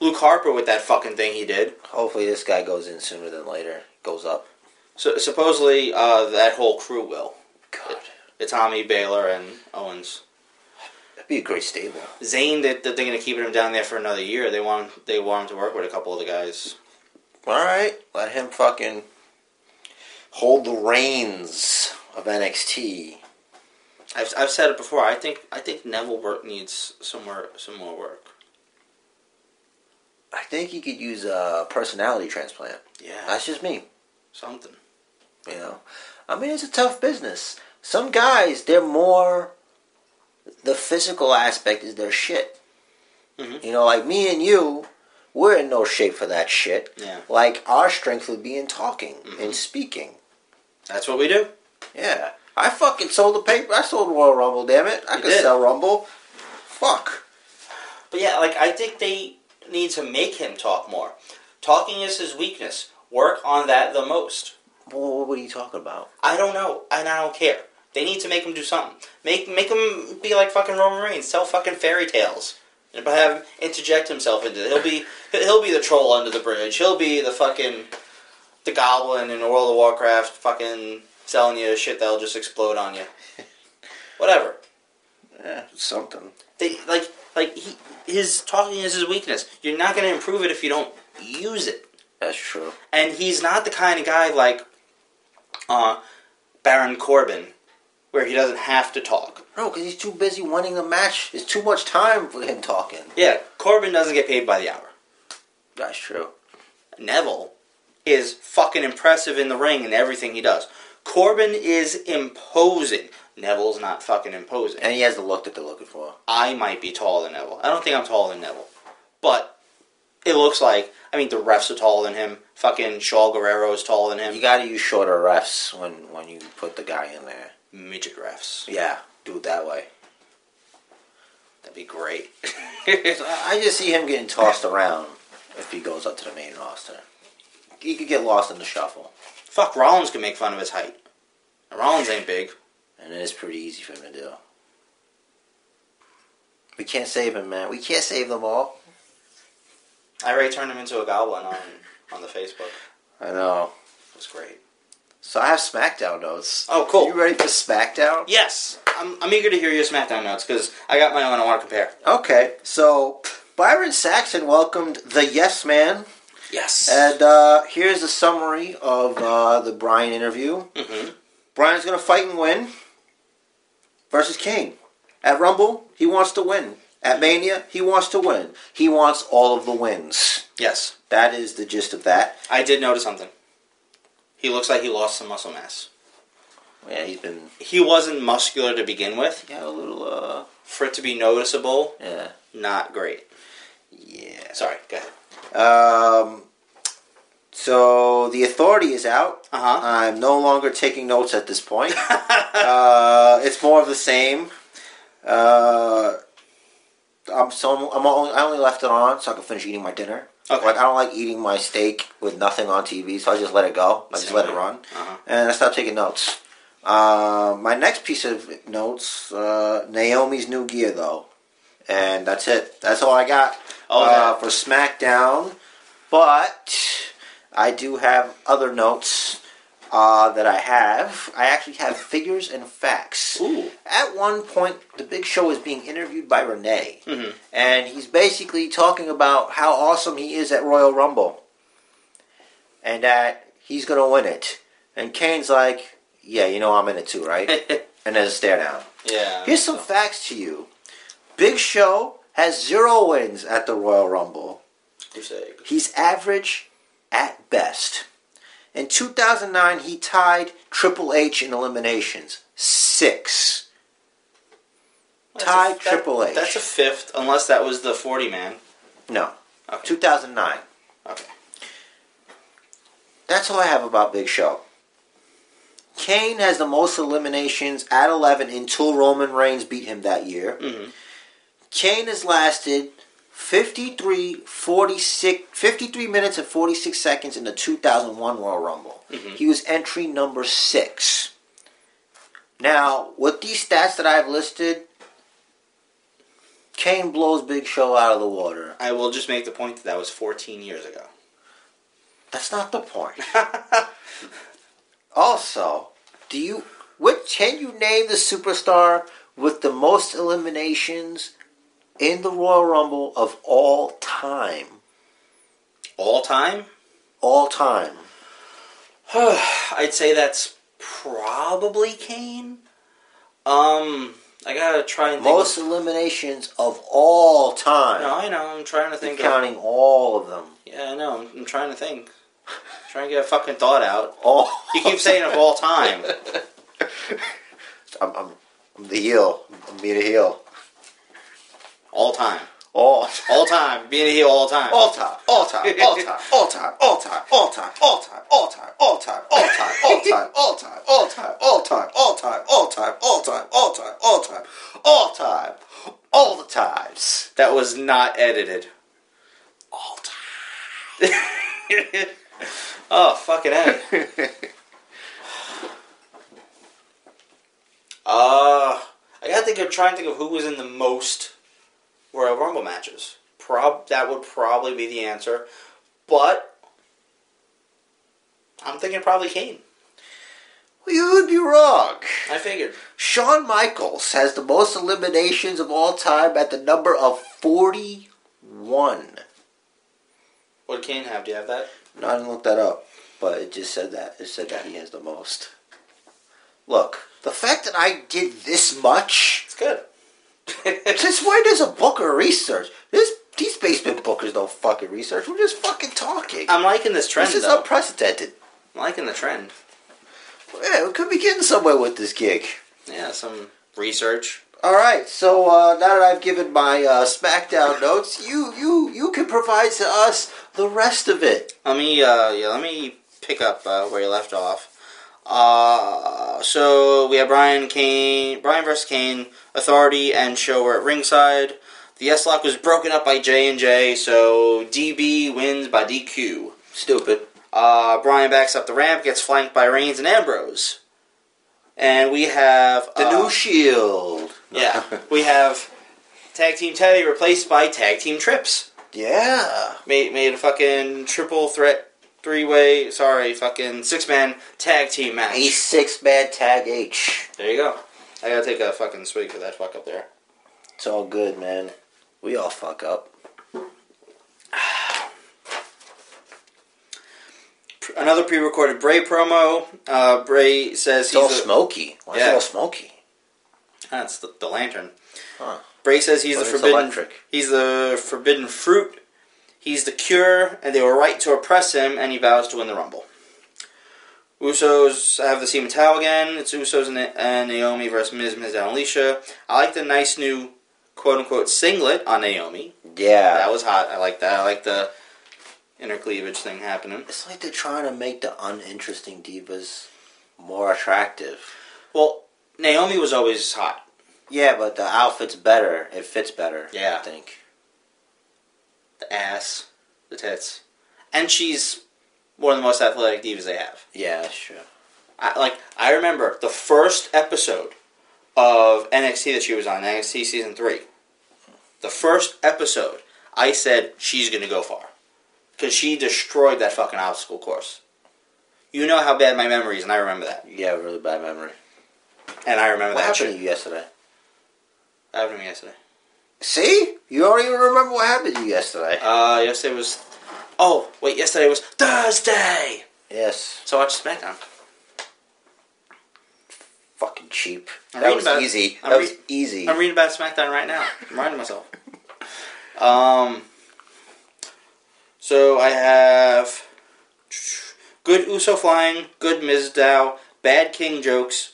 Luke Harper with that fucking thing he did.
Hopefully, this guy goes in sooner than later. Goes up.
So supposedly uh, that whole crew will.
God.
The Tommy Baylor and Owens.
be a great stable.
Zane that, that they're going to keep him down there for another year. They want him- they want him to work with a couple of the guys.
All right, let him fucking hold the reins of NXT.
I've, I've said it before. I think I think Neville work needs some more some more work.
I think he could use a personality transplant.
Yeah,
That's just me,
something.
you know. I mean, it's a tough business. Some guys, they're more. The physical aspect is their shit.
Mhm.
You know, like me and you, we're in no shape for that shit.
Yeah,
Like our strength would be in talking
Mhm.
and speaking.
that's what we do.
Yeah, I fucking sold the paper. I sold Royal Rumble. Damn it, I
You
could
did.
sell Rumble. Fuck.
But yeah, like I think they need to make him talk more. Talking is his weakness. Work on that the most.
Well, what are you talking about?
I don't know, and I don't care. They need to make him do something. Make make him be like fucking Roman Reigns, tell fucking fairy tales, and have him interject himself into it. He'll be he'll be the troll under the bridge. He'll be the fucking the goblin in World of Warcraft, fucking selling you shit that'll just explode on you. Whatever.
Eh, something.
They like like he, his talking is his weakness. You're not gonna improve it if you don't use it.
That's true.
And he's not the kind of guy like uh, Baron Corbin, where he doesn't have to talk.
No, because he's too busy winning the match. It's too much time for him talking.
Yeah, Corbin doesn't get paid by the hour.
That's true.
Neville is fucking impressive in the ring and everything he does. Corbin is imposing. Neville's not fucking imposing.
And he has the look that they're looking for.
I might be taller than Neville. I don't think I'm taller than Neville. But it looks like, I mean, the refs are taller than him. Fucking Shaw Guerrero is taller than
You
him.
got to use shorter refs when when you put the guy in there.
Midget refs.
Yeah, do it that way.
That'd be great.
So I I just see him getting tossed around if he goes up to the main roster. He could get lost in the shuffle,
Fuck, Rollins can make fun of his height. Rollins ain't big.
and it's pretty easy for him to do. We can't save him, man. We can't save them all.
I already turned him into a goblin on, on the Facebook.
I know.
It was great.
So I have SmackDown notes.
Oh, cool.
You ready for SmackDown?
Yes, I'm, I'm eager to hear your SmackDown notes because I got my own. I want to compare.
Okay, so Byron Saxon welcomed the Yes Man,
Yes.
and uh, here's a summary of uh, the Brian interview.
hmm
Brian's gonna fight and win versus Kane at Rumble. He wants to win at Mania. He wants to win. He wants all of the wins.
Yes,
That is the gist of that.
I did notice something. He looks like he lost some muscle mass.
Yeah, he's been
He wasn't muscular to begin with.
yeah a little uh
For it to be noticeable,
yeah
not great.
yeah.
Sorry, go ahead.
Um, so the authority is out.
Uh huh.
I'm no longer taking notes at this point. uh, it's more of the same. Uh, I'm so I'm only, I only left it on so I can finish eating my dinner.
Okay.
Like I don't like eating my steak with nothing on TV, so I just let it go. I just
Same
let it
here.
run,
Uh-huh.
and I stopped taking notes. Uh, my next piece of notes: uh, Naomi's new gear, though, and that's it. That's all I got
Oh,
uh,
that-
for SmackDown. But I do have other notes uh, that I have. I actually have figures and facts.
Ooh.
At one point, the Big Show is being interviewed by Renee,
Mhm.
and he's basically talking about how awesome he is at Royal Rumble, and that he's gonna win it. And Kane's like, "Yeah, you know I'm in it too, right?" and there's a stare down.
yeah.
Here's some facts to you. Big Show has zero wins at the Royal Rumble.
You say-
He's average at best. In 2009, he tied Triple H in eliminations. Six.
That's a-
Tied
that-
Triple H.
That's a fifth, unless that was the 40 man.
No.
Okay.
2009.
Okay.
That's all I have about Big Show. Kane has the most eliminations at 11 until Roman Reigns beat him that year.
Mhm.
Kane has lasted 53, 46, 53 minutes and 46 seconds in the 2001 Royal Rumble.
Mhm.
He was entry number six. Now, with these stats that I've listed, Kane blows Big Show out of the water.
I will just make the point that that was 14 years ago.
That's not the point. Also, do you what can you name the superstar with the most eliminations in the Royal Rumble of all time.
All time?
All time.
I'd say that's probably Kane. Um, I gotta try and think.
Most eliminations of all time.
no, I know. I'm trying to
I'm
think. uh, Of,
counting all of them.
yeah, I know. I'm, I'm trying to think. trying to get a fucking thought out.
All.
You keep saying of all time.
I'm, I'm, I'm the heel. I'm being a heel.
All time.
All.
All time. Being a heel all time.
All time, all time, all time, all time, all time, all time, all time, all time, all time, all time, all time, all time, all time, all time, all time, all time, all time, all time, all time, all time, all the times.
That was not edited.
All time.
oh, fucking A. uh, I gotta think of trying to think of who was in the most Royal Rumble matches. Prob that would probably be the answer, but I'm thinking probably Kane.
You would be wrong.
I figured.
Shawn Michaels has the most eliminations of all time at the number of 41.
What did Kane have? Do you have that?
No, I didn't look that up, but it just said that. It said that he has the most. Look, the fact that I did this much.
It's good.
Since when does a booker research? This these basement bookers don't fucking research. We're just fucking talking.
I'm liking this trend.
this is
though.
unprecedented.
I'm liking the trend.
Yeah, we could be getting somewhere with this gig.
Yeah, some research.
All right, so uh, now that I've given my uh, SmackDown notes, you you you can provide to us the rest of it.
Let me uh, yeah, let me pick up uh, where you left off. Uh, so we have Brian Kane, Brian versus Kane, Authority and Show were at ringside. The S Lock was broken up by J and J, so DB wins by DQ.
Stupid.
Uh, Brian backs up the ramp, gets flanked by Reigns and Ambrose, and we have
The
uh,
new Shield.
yeah, we have Tag Team Teddy replaced by Tag Team Trips
yeah.
made made a fucking triple threat three way sorry fucking six man tag team match.
A six man tag H.
There you go. I gotta take a fucking swig for that fuck up there.
It's all good, man. We all fuck up.
Another pre-recorded Bray promo. Uh, Bray says
It's all
he's the,
smoky. Why is
Yeah.
it all smoky?
that's the, the lantern.
Huh.
Bray says he's
But
the
it's
forbidden.
electric.
He's the forbidden fruit. He's the cure, and they were right to oppress him. And he vows to win the rumble. Usos have the same towel again. It's Usos and, and Naomi versus Miz, Miz and Alicia. I like the nice new quote unquote singlet on Naomi.
Yeah.
That was hot. I like that. I like the inner cleavage thing happening.
It's like they're trying to make the uninteresting divas more attractive.
Well, Naomi was always hot.
Yeah, but the outfit's better. It fits better.
Yeah.
I think.
The ass, the tits, and she's one of the most athletic divas they have.
Yeah, sure.
I, like I remember the first episode of NXT that she was on, NXT season three. The first episode, I said she's gonna go far, because she destroyed that fucking obstacle course. You know how bad my memory is, and I remember that.
You have a really bad memory.
And I remember
What
that
happened
shit.
to you yesterday?
That happened to me yesterday.
See? You don't even remember what happened to you yesterday.
Uh, yesterday was. Oh wait, yesterday was Thursday.
yes.
So I watched SmackDown.
Fucking cheap.
I'm
that
reading
was
about-
easy.
I'm
that
re-
was easy.
I'm reading about SmackDown right now. I'm reminding myself. Um, so I have good Uso flying, good Mizdow, bad King jokes.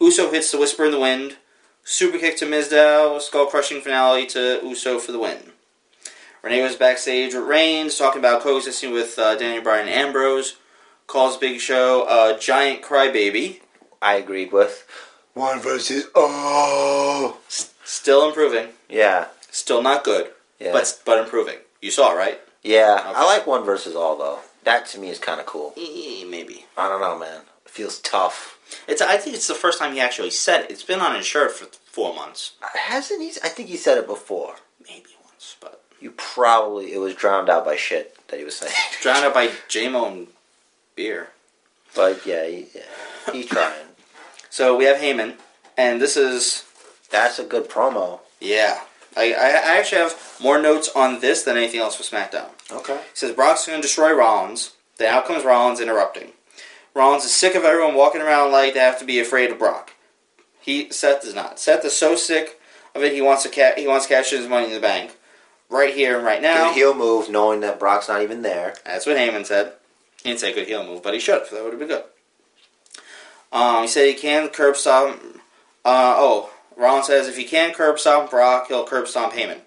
Uso hits the Whisper in the Wind, super kick to Mizdow, skull crushing finale to Uso for the win. Renee was backstage with Reigns talking about coexisting with uh, Daniel Bryan and Ambrose. Calls Big Show a giant crybaby.
I agreed with. One versus oh.
Still improving.
Yeah.
Still not good.
Yeah.
but but improving. You saw, it, right?
Yeah,
Okay.
I like one versus all though. That to me is kind of cool.
Eh, Maybe
I don't know, man. It feels tough.
it's. I think it's the first time he actually said it. It's been on his shirt for four months,
Uh, Hasn't he? I think he said it before.
maybe once, but
You probably it was drowned out by shit that he was saying.
drowned out by JMO and beer.
but yeah, he, yeah, he trying.
So we have Heyman, and this is
That's a good promo.
Yeah. I, I I actually have more notes on this than anything else for SmackDown.
Okay.
He says Brock's going to destroy Rollins. Then out comes Rollins interrupting. Rollins is sick of everyone walking around like they have to be afraid of Brock. He Seth is not. Seth is so sick of it he wants to ca- he wants to cash his money in the bank right here and right
Good
now.
heel move, knowing that Brock's not even there.
That's what Heyman said. He didn't say good heel move, but he should. have. That would have been good. Um, he said he can curb stomp. Uh, oh, Rollins says if he can curb stomp Brock, he'll curb stomp Heyman.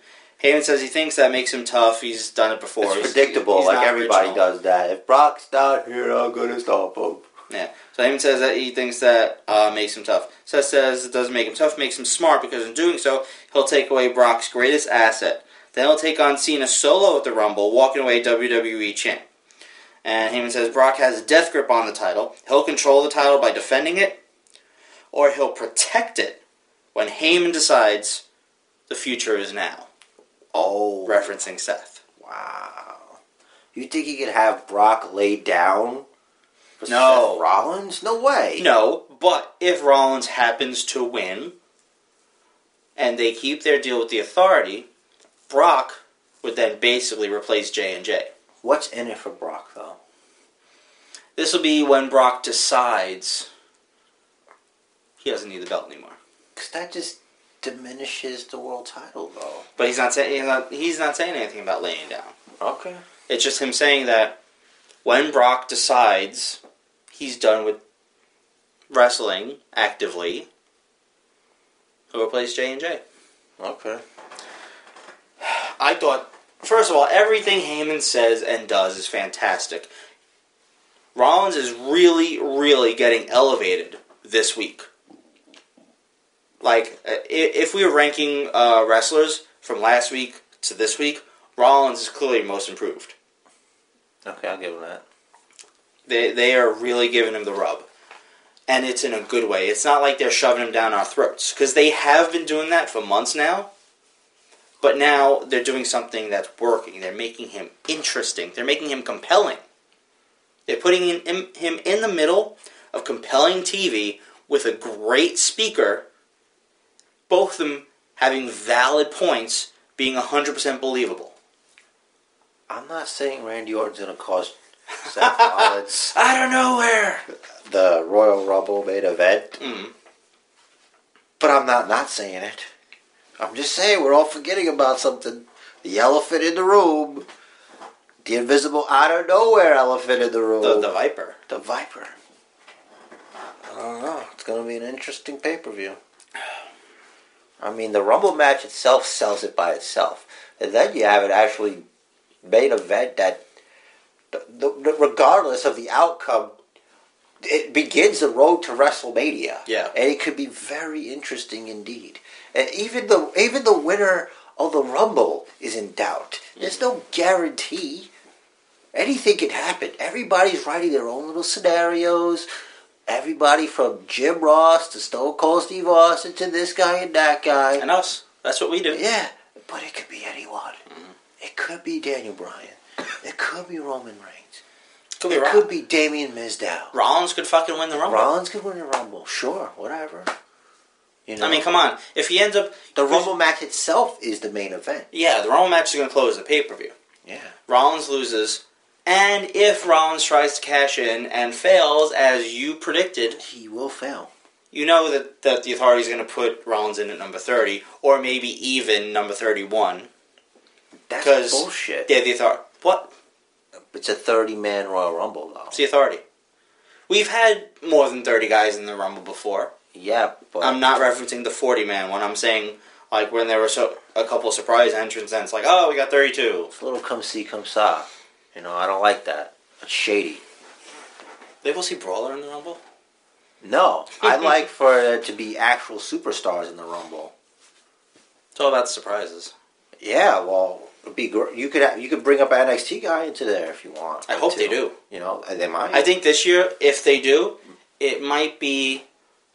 Heyman says he thinks that makes him tough. He's done it before.
It's
He's-
predictable,
he's
like
not
everybody
original.
does that. If Brock's not here, I'm gonna stop him.
Yeah. So Heyman says that he thinks that uh, makes him tough. Seth says it doesn't make him tough, makes him smart because in doing so, he'll take away Brock's greatest asset. Then he'll take on Cena solo at the Rumble, walking away WWE champ. And Heyman says Brock has a death grip on the title. He'll control the title by defending it, or he'll protect it when Heyman decides the future is now.
Oh,
Referencing Seth.
wow! You think he could have Brock laid down? For
No.
Seth Rollins? No way.
No, but if Rollins happens to win and they keep their deal with the authority, Brock would then basically replace J and J.
What's in it for Brock though?
This will be when Brock decides he doesn't need the belt anymore.
Because that just diminishes the world title though.
But he's not saying he's not, he's not saying anything about laying down.
Okay.
It's just him saying that when Brock decides he's done with wrestling actively, he'll replace J and J.
Okay.
I thought, first of all, everything Heyman says and does is fantastic. Rollins is really, really getting elevated this week. Like, uh, i- if we were ranking uh, wrestlers from last week to this week, Rollins is clearly most improved.
Okay, I'll give him that.
They, they are really giving him the rub. And it's in a good way. It's not like they're shoving him down our throats. Because they have been doing that for months now. But now they're doing something that's working. They're making him interesting. They're making him compelling. They're putting in, in- him in the middle of compelling TV with a great speaker. Both of them having valid points, being 100% believable.
I'm not saying Randy Orton's gonna cause Seth Rollins
Out of nowhere!
the Royal Rumble main event,
Mm.
but I'm not not saying it. I'm just saying we're all forgetting about something. The elephant in the room, the invisible out of nowhere elephant in the room,
The, the Viper.
the viper. I don't know. It's gonna be an interesting pay per view. I mean, the Rumble match itself sells it by itself, and then you have an actually main event that, the, the, regardless of the outcome, it begins the road to WrestleMania.
Yeah.
and it could be very interesting indeed. And even the even the winner of the Rumble is in doubt. There's no guarantee. Anything can happen. Everybody's writing their own little scenarios. Everybody from Jim Ross to Stone Cold Steve Austin to this guy and that guy.
And us. That's what we do.
Yeah, but it could be anyone. It could be Daniel Bryan. It could be Roman Reigns.
Could be
It
Rock.
could be Damian Mizdow.
Rollins could fucking win the Rumble.
Rollins could win the Rumble. Sure, whatever. You know,
I mean, come on. If he ends up
the Rumble match itself is the main event.
yeah, the Rumble match is going to close the pay per view.
Yeah.
Rollins loses, and if Rollins tries to cash in and fails as you predicted,
He will fail.
you know that that the authority is going to put Rollins in at number thirty, or maybe even number thirty-one.
That's
'Cause
bullshit.
Yeah, the authority. What?
It's a 30 man Royal Rumble, though.
It's the authority. We've had more than thirty guys in the Rumble before.
yeah, but.
I'm not referencing the forty-man one. I'm saying like when there were so a couple surprise entrants, and it's like, oh, we got thirty-two.
It's a little come see, come saw. You know, I don't like that. It's shady.
They will see Brawler in the Rumble.
No, I like for there to be actual superstars in the Rumble.
It's all about the surprises.
Yeah, well, it'd be gr- you could you could bring up an NXT guy into there if you want.
I hope
to.
they do.
You know, uh, they might.
I think this year, if they do, it might be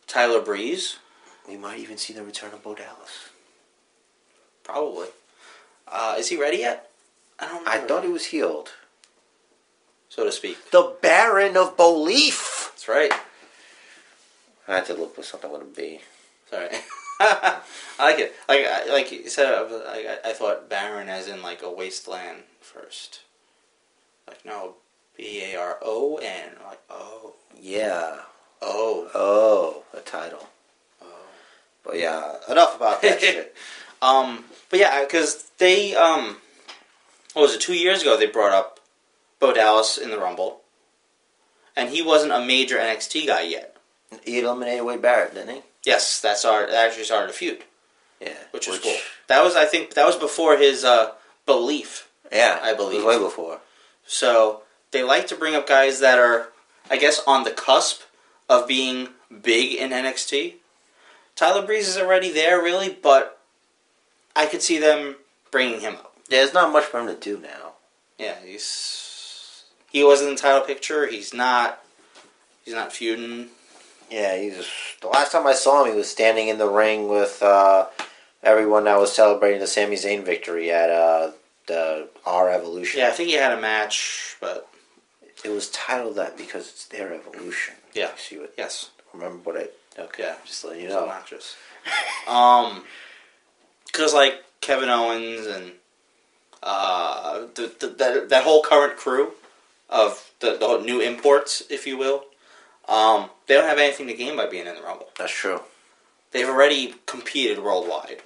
Tyler Breeze,
we might even see the return of Bo Dallas.
probably. Uh, is he ready yet? I don't.
I
Remember,
thought he was healed.
so to speak.
The Baron of Belief.
That's right.
I had to look for something with a B.
Sorry. I like it. Like I- like you said, I, was- I, I thought barren as in like a wasteland first. Like no, B A R O N. Like oh
Yeah.
oh.
Oh, a title. Oh. But yeah, enough about that shit.
Um, but yeah, because they um, what was it? Two years ago they brought up Bo Dallas in the Rumble, and he wasn't a major NXT guy yet.
He eliminated Wade Barrett, didn't
Yes, that's our that actually started a feud,
he? Yeah.
which was cool. That was I think that was before his uh, belief.
Yeah,
I believe.
It was way before.
So they like to bring up guys that are, I guess, on the cusp of being big in NXT. Tyler Breeze is already there, really, but I could see them bringing him up.
Yeah, there's not much for him to do now.
Yeah, he's he wasn't in the title picture. He's not. He's not feuding.
Yeah, he's the last time I saw him, he was standing in the ring with uh, everyone that was celebrating the Sami Zayn victory at uh, the Our Evolution.
Yeah, I think he had a match, but
it was titled that because it's their evolution.
Yeah.
You see what?
yes,
Remember what I? Okay,
Yeah.
just letting you
he's
know.
obnoxious. um, because like Kevin Owens and uh, the, the, that that whole current crew of the, the whole new imports, if you will, um, they don't have anything to gain by being in the Rumble.
That's true.
They've already competed worldwide.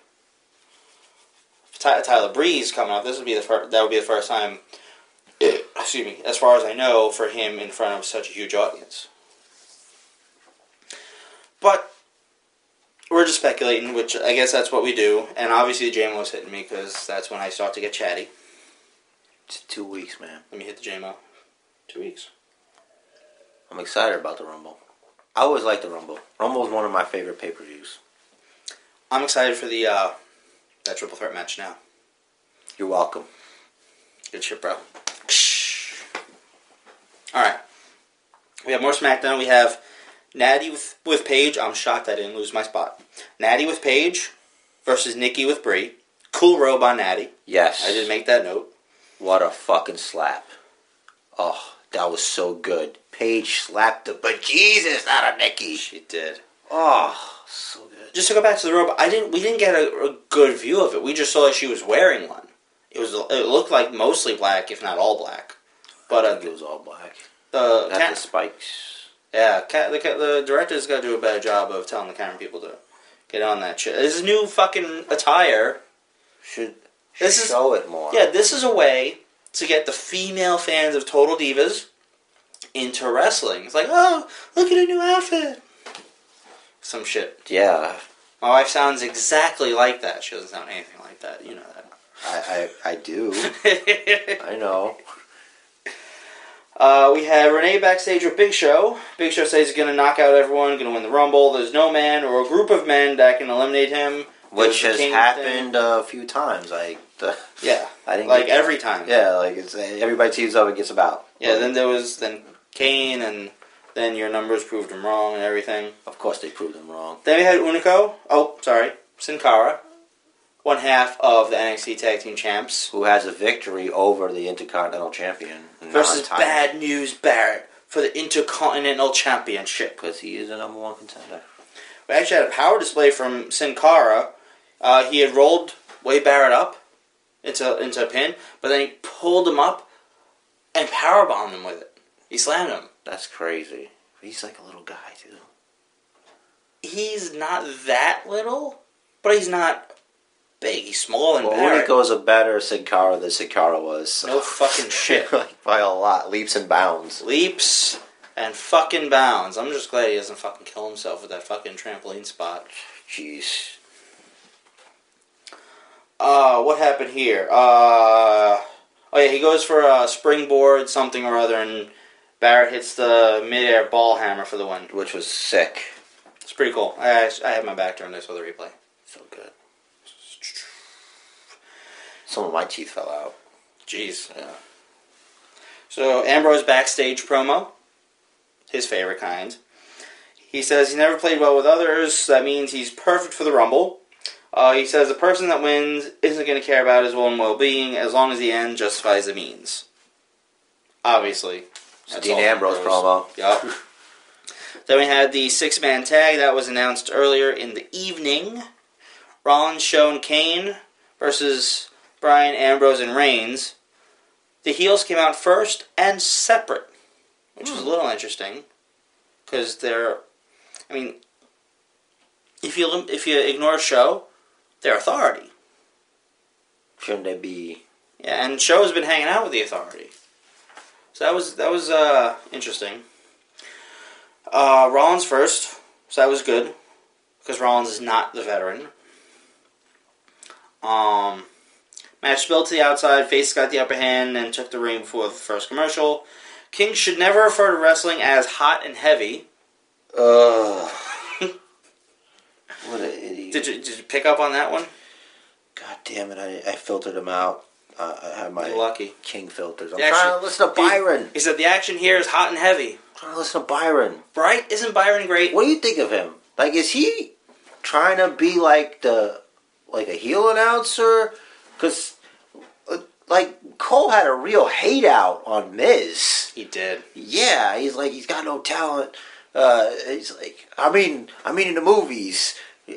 Ty- Tyler Breeze coming up. This would be the first. That would be the first time. excuse me. As far as I know, for him in front of such a huge audience. But we're just speculating, which I guess that's what we do. And obviously, the JMO's hitting me because that's when I start to get chatty.
It's two weeks, man.
Let me hit the JMO. Two weeks.
I'm excited about the Rumble. I always like the Rumble. Rumble is one of my favorite pay per views.
I'm excited for the uh, that triple threat match now.
You're welcome.
Good shit, bro. All right. We have more SmackDown. We have Natty with, with Paige. I'm shocked I didn't lose my spot. Natty with Paige versus Nikki with Brie. Cool robe on Natty.
Yes.
I did make that note.
What a fucking slap. Oh, that was so good. Paige slapped the bejesus out of Nikki.
She did.
Oh, so good.
Just to go back to the robe, I didn't. We didn't get a, a good view of it. We just saw that she was wearing one. It was. It looked like mostly black, if not all black. But
I
uh,
think it was all black.
the uh,
Not
cat-
the spikes.
Yeah, ca the, ca- the director's got to do a better job of telling the camera people to get on that shit. This is new fucking attire.
Should, should
This is-
show it more.
Yeah, this is a way to get the female fans of Total Divas into wrestling. It's like, oh, look at a new outfit. Some shit.
Yeah,
My wife sounds exactly like that. She doesn't sound anything like that. You know
I, I, I do.
that.
I know.
uh, we have Renee backstage with Big Show. Big Show says he's going to knock out everyone, going to win the Rumble. There's no man or a group of men that can eliminate him.
Which
the
has
King
happened a few times. Like, the,
Yeah.
I didn't
like
get-
every time.
Yeah, like it's everybody teams up and gets about.
Yeah. Then there was then Kane, and then your numbers proved him wrong and everything.
of course they proved them wrong.
Then we had Unico. Oh, sorry, Sin Cara, one half of the NXT Tag Team Champs
Who has a victory over the Intercontinental Champion
versus Bad News Barrett for the Intercontinental Championship.
because he is the number one contender.
We actually had a power display from Sin Cara. Uh, he had rolled Way Barrett up into into a pin, but then he pulled him up and power bombed him with it. He slammed him.
That's crazy. He's like a little guy too.
he's not that little, but he's not big. He's small and
Well,
Barrett.
Unico's a better Sin Cara than Sin Cara was. so-
No fucking shit.
like by a lot, leaps and bounds.
Leaps and fucking bounds. I'm just glad he doesn't fucking kill himself with that fucking trampoline spot.
Jeez.
Uh, what happened here? Uh, oh yeah, he goes for a springboard something or other, and Barrett hits the midair ball hammer for the win.
Which was sick.
It's pretty cool. I, I had my back turned. I saw the replay.
So good. Some of my teeth fell out.
Jeez.
Yeah.
So Ambrose backstage promo, his favorite kind. He says he never played well with others. That means he's perfect for the Rumble. Uh, he says the person that wins isn't going to care about his own well-being as long as the end justifies the means. Obviously,
It's
That's
Dean
all
Ambrose promo.
Yup. then we had the six-man tag that was announced earlier in the evening. Rollins, Show, and Kane versus Brian Ambrose and Reigns. The heels came out first and separate, which is a little interesting because they're. I mean, if you lim- if you ignore Show, their authority.
Shouldn't they be?
Yeah, and Show's been hanging out with the authority. So that was that was uh, interesting. Uh, Rollins first, so that was good because Rollins is not the veteran. Um, match spilled to the outside. Face got the upper hand and took the ring before the first commercial. King should never refer to wrestling as hot and heavy.
Ugh. what an idiot!
Did you, did you pick up on that one?
God damn it! I, I filtered them out. Uh, I had my
You're lucky.
King filters. I'm
Actually-
trying to listen to Byron.
He said the action here is hot and heavy.
I'm trying to listen to Byron.
Right? Isn't Byron great?
What do you think of him? Like, is he trying to be like the like a heel announcer? Because like Cole had a real hate out on Miz.
He did.
Yeah, he's like he's got no talent. Uh, he's like, I mean, I mean in the movies.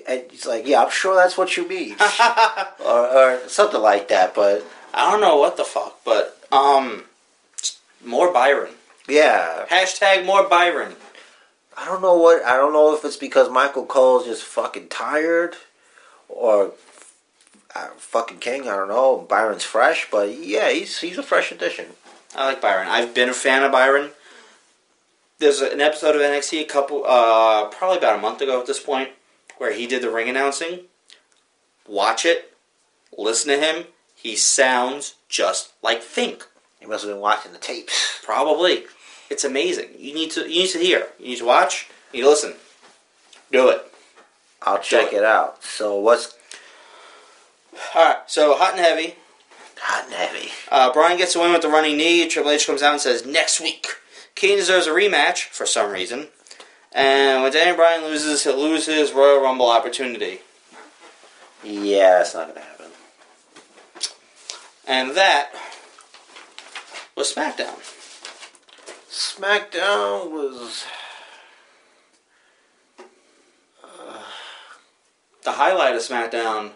And he's like, yeah, I'm sure that's what you mean,
I
or, or something like that. But
don't know what the fuck, but um, more Byron.
yeah,
Hashtag more Byron.
I don't know what I don't know if it's because Michael Cole's just fucking tired, or uh, fucking King. I don't know. Byron's fresh, but yeah, he's he's a fresh addition.
I like Byron. I've been a fan of Byron. There's an episode of NXT a couple, uh, probably about a month ago at this point, where he did the ring announcing. Watch it, listen to him. He sounds just like Fink.
He must have been watching the tapes.
Probably. It's amazing. You need to you need to hear. You need to watch. You need to listen. Do it.
I'll check it out. So what's
Alright, so hot and heavy.
hot and heavy?
Uh, Brian gets the win with the running knee. Triple H comes out and says, next week. Kane deserves a rematch for some reason. And when Daniel Bryan loses, he'll lose his Royal Rumble opportunity.
Yeah, that's not gonna happen.
And that was SmackDown.
SmackDown was
The highlight of SmackDown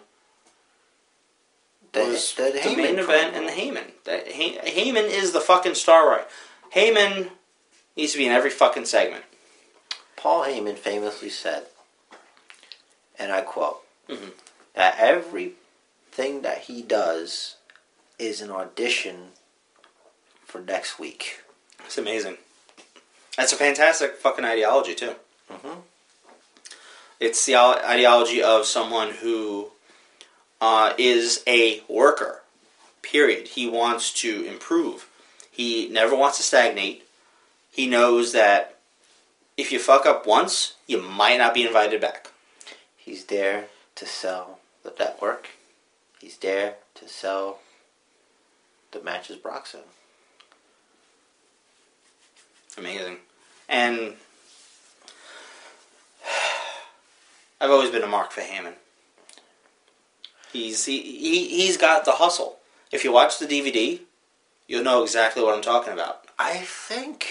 the,
was
the,
the
Heyman
main event
promo.
and the Heyman. That Hey- Heyman is the fucking star right. Heyman needs to be in every fucking segment.
Paul Heyman famously said, and I quote,
Mhm.
that everything that he does is an audition for next week.
It's amazing. That's a fantastic fucking ideology too.
Mhm.
It's the al- ideology of someone who uh, is a worker. Period. He wants to improve. He never wants to stagnate. He knows that if you fuck up once, you might not be invited back.
He's there to sell the network. He's there to sell the matches Broxon.
Amazing. And I've always been a mark for Hammond. He's he, he he's got the hustle. If you watch the DVD, you'll know exactly what I'm talking about.
I think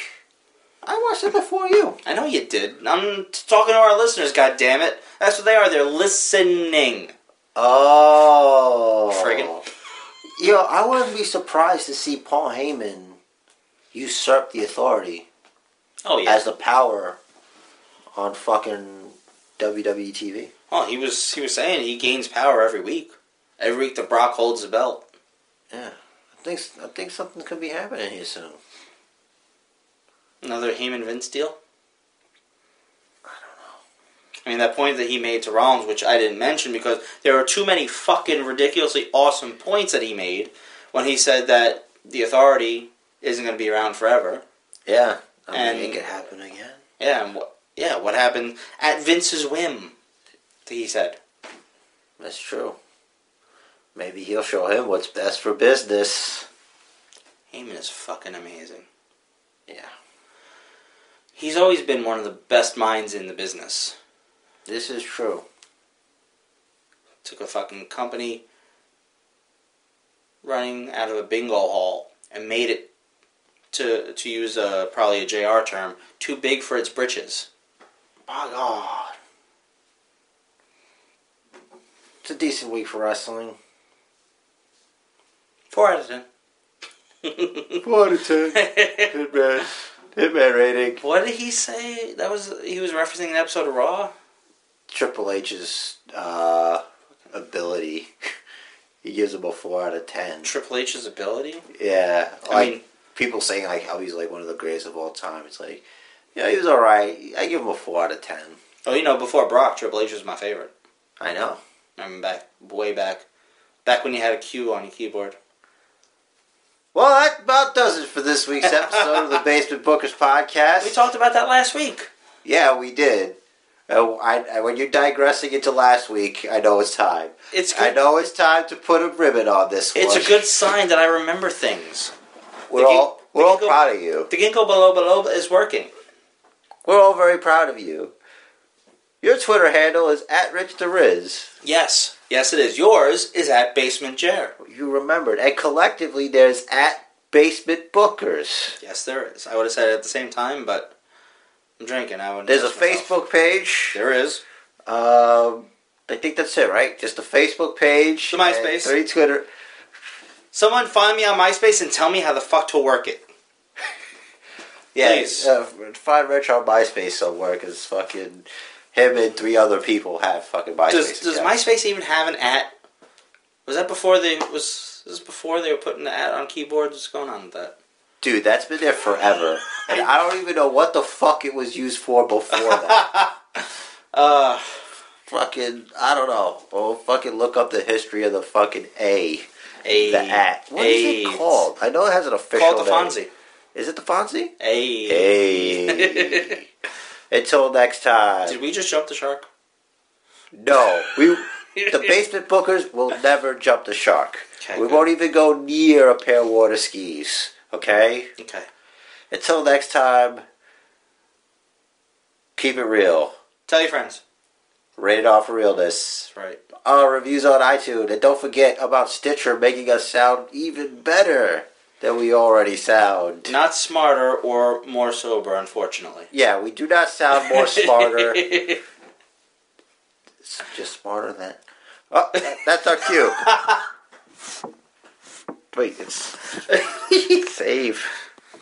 I watched it before you.
I know you did. I'm t- talking to our listeners. God damn it, that's what they are. They're listening.
Oh.
Friggin'.
Yo, I wouldn't be surprised to see Paul Heyman usurp the authority.
Oh yeah.
as the power on fucking E WWE TV.
oh, he was he was saying he gains power every week. Every week the Brock holds the belt.
I think I think something could be happening here soon.
Another Heyman Vince deal? I don't know. I mean, that point that he made to Rollins, which I didn't mention because there were too many fucking ridiculously awesome points that he made when he said that the authority isn't going to be around forever.
Yeah, I mean,
And-
it could happen again.
Yeah, and what, yeah, what happened at Vince's whim, he said.
That's true. Maybe he'll show him what's best for business.
Heyman is fucking amazing.
Yeah.
He's always been one of the best minds in the business.
This is true.
took a fucking company running out of a bingo hall and made it to to use a probably a JR term too big for its britches.
My God. It's a decent week for wrestling.
Four out of ten.
Four out of ten. Hitman. Hitman rating.
what did he say? That was he was referencing an episode of Raw.
Triple H's uh, ability. he gives him a four out of ten.
Triple H's ability.
Yeah, like
I mean,
people saying like how he's like one of the greatest of all time. It's like, yeah, he was all right. I give him a four out of ten.
oh, you know, before Brock, Triple H was my favorite.
I know.
I remember back way back, back when you had a Q on your keyboard.
Well, that about does it for this week's episode of the Basement Bookers podcast.
We talked about that last week.
yeah, we did. Uh, I, I, when you're digressing into last week, I know it's time.
It's good.
I know it's time to put a ribbon on this.
It's
one.
a good sign that I remember things.
We're
we can-
all
we
we're
can
all
go-
proud of you.
The Ginkgo biloba loba is working.
We're all very proud of you. Your Twitter handle is at Rich the Riz.
Yes, yes, it is. Yours is at Basement Jer.
You remembered, and collectively there's at Basement Bookers.
Yes, there is. I would have said it at the same time, but I'm drinking. I would.
There's a Facebook page.
There is.
Um, I think that's it, right? Just a Facebook page.
The MySpace.
and Three Twitter.
Someone find me on MySpace and tell me how the fuck to work it.
Yeah,
Please.
uh, find Rich on MySpace somewhere because fucking him and three other people have fucking MySpace.
Does does
accounts.
MySpace even have an at? Was that before they was this before they were putting the at on keyboards? What's going on with that?
dude? That's been there forever, and I don't even know what the fuck it was used for before that.
Uh,
fucking, I don't know. Oh, fucking look up the history of the fucking A,
a,
the at. What is
AIDS.
it called? I know it has an official.
Called the
name.
Fonzie.
Is it the Fonzie?
A.
Hey. Until next time.
Did we just jump the shark?
No, we the basement bookers will never jump the shark.
Okay,
we
good.
won't even go near a pair of water skis. Okay.
Okay.
Until next time. Keep it real.
Tell your friends.
Rated off realness.
That's right.
Our reviews on iTunes, and don't forget about Stitcher making us sound even better than we already sound.
Not smarter or more sober, unfortunately.
Yeah, we do not sound more smarter. It's just smarter than. Oh, that- that's our cue. Wait, it's save.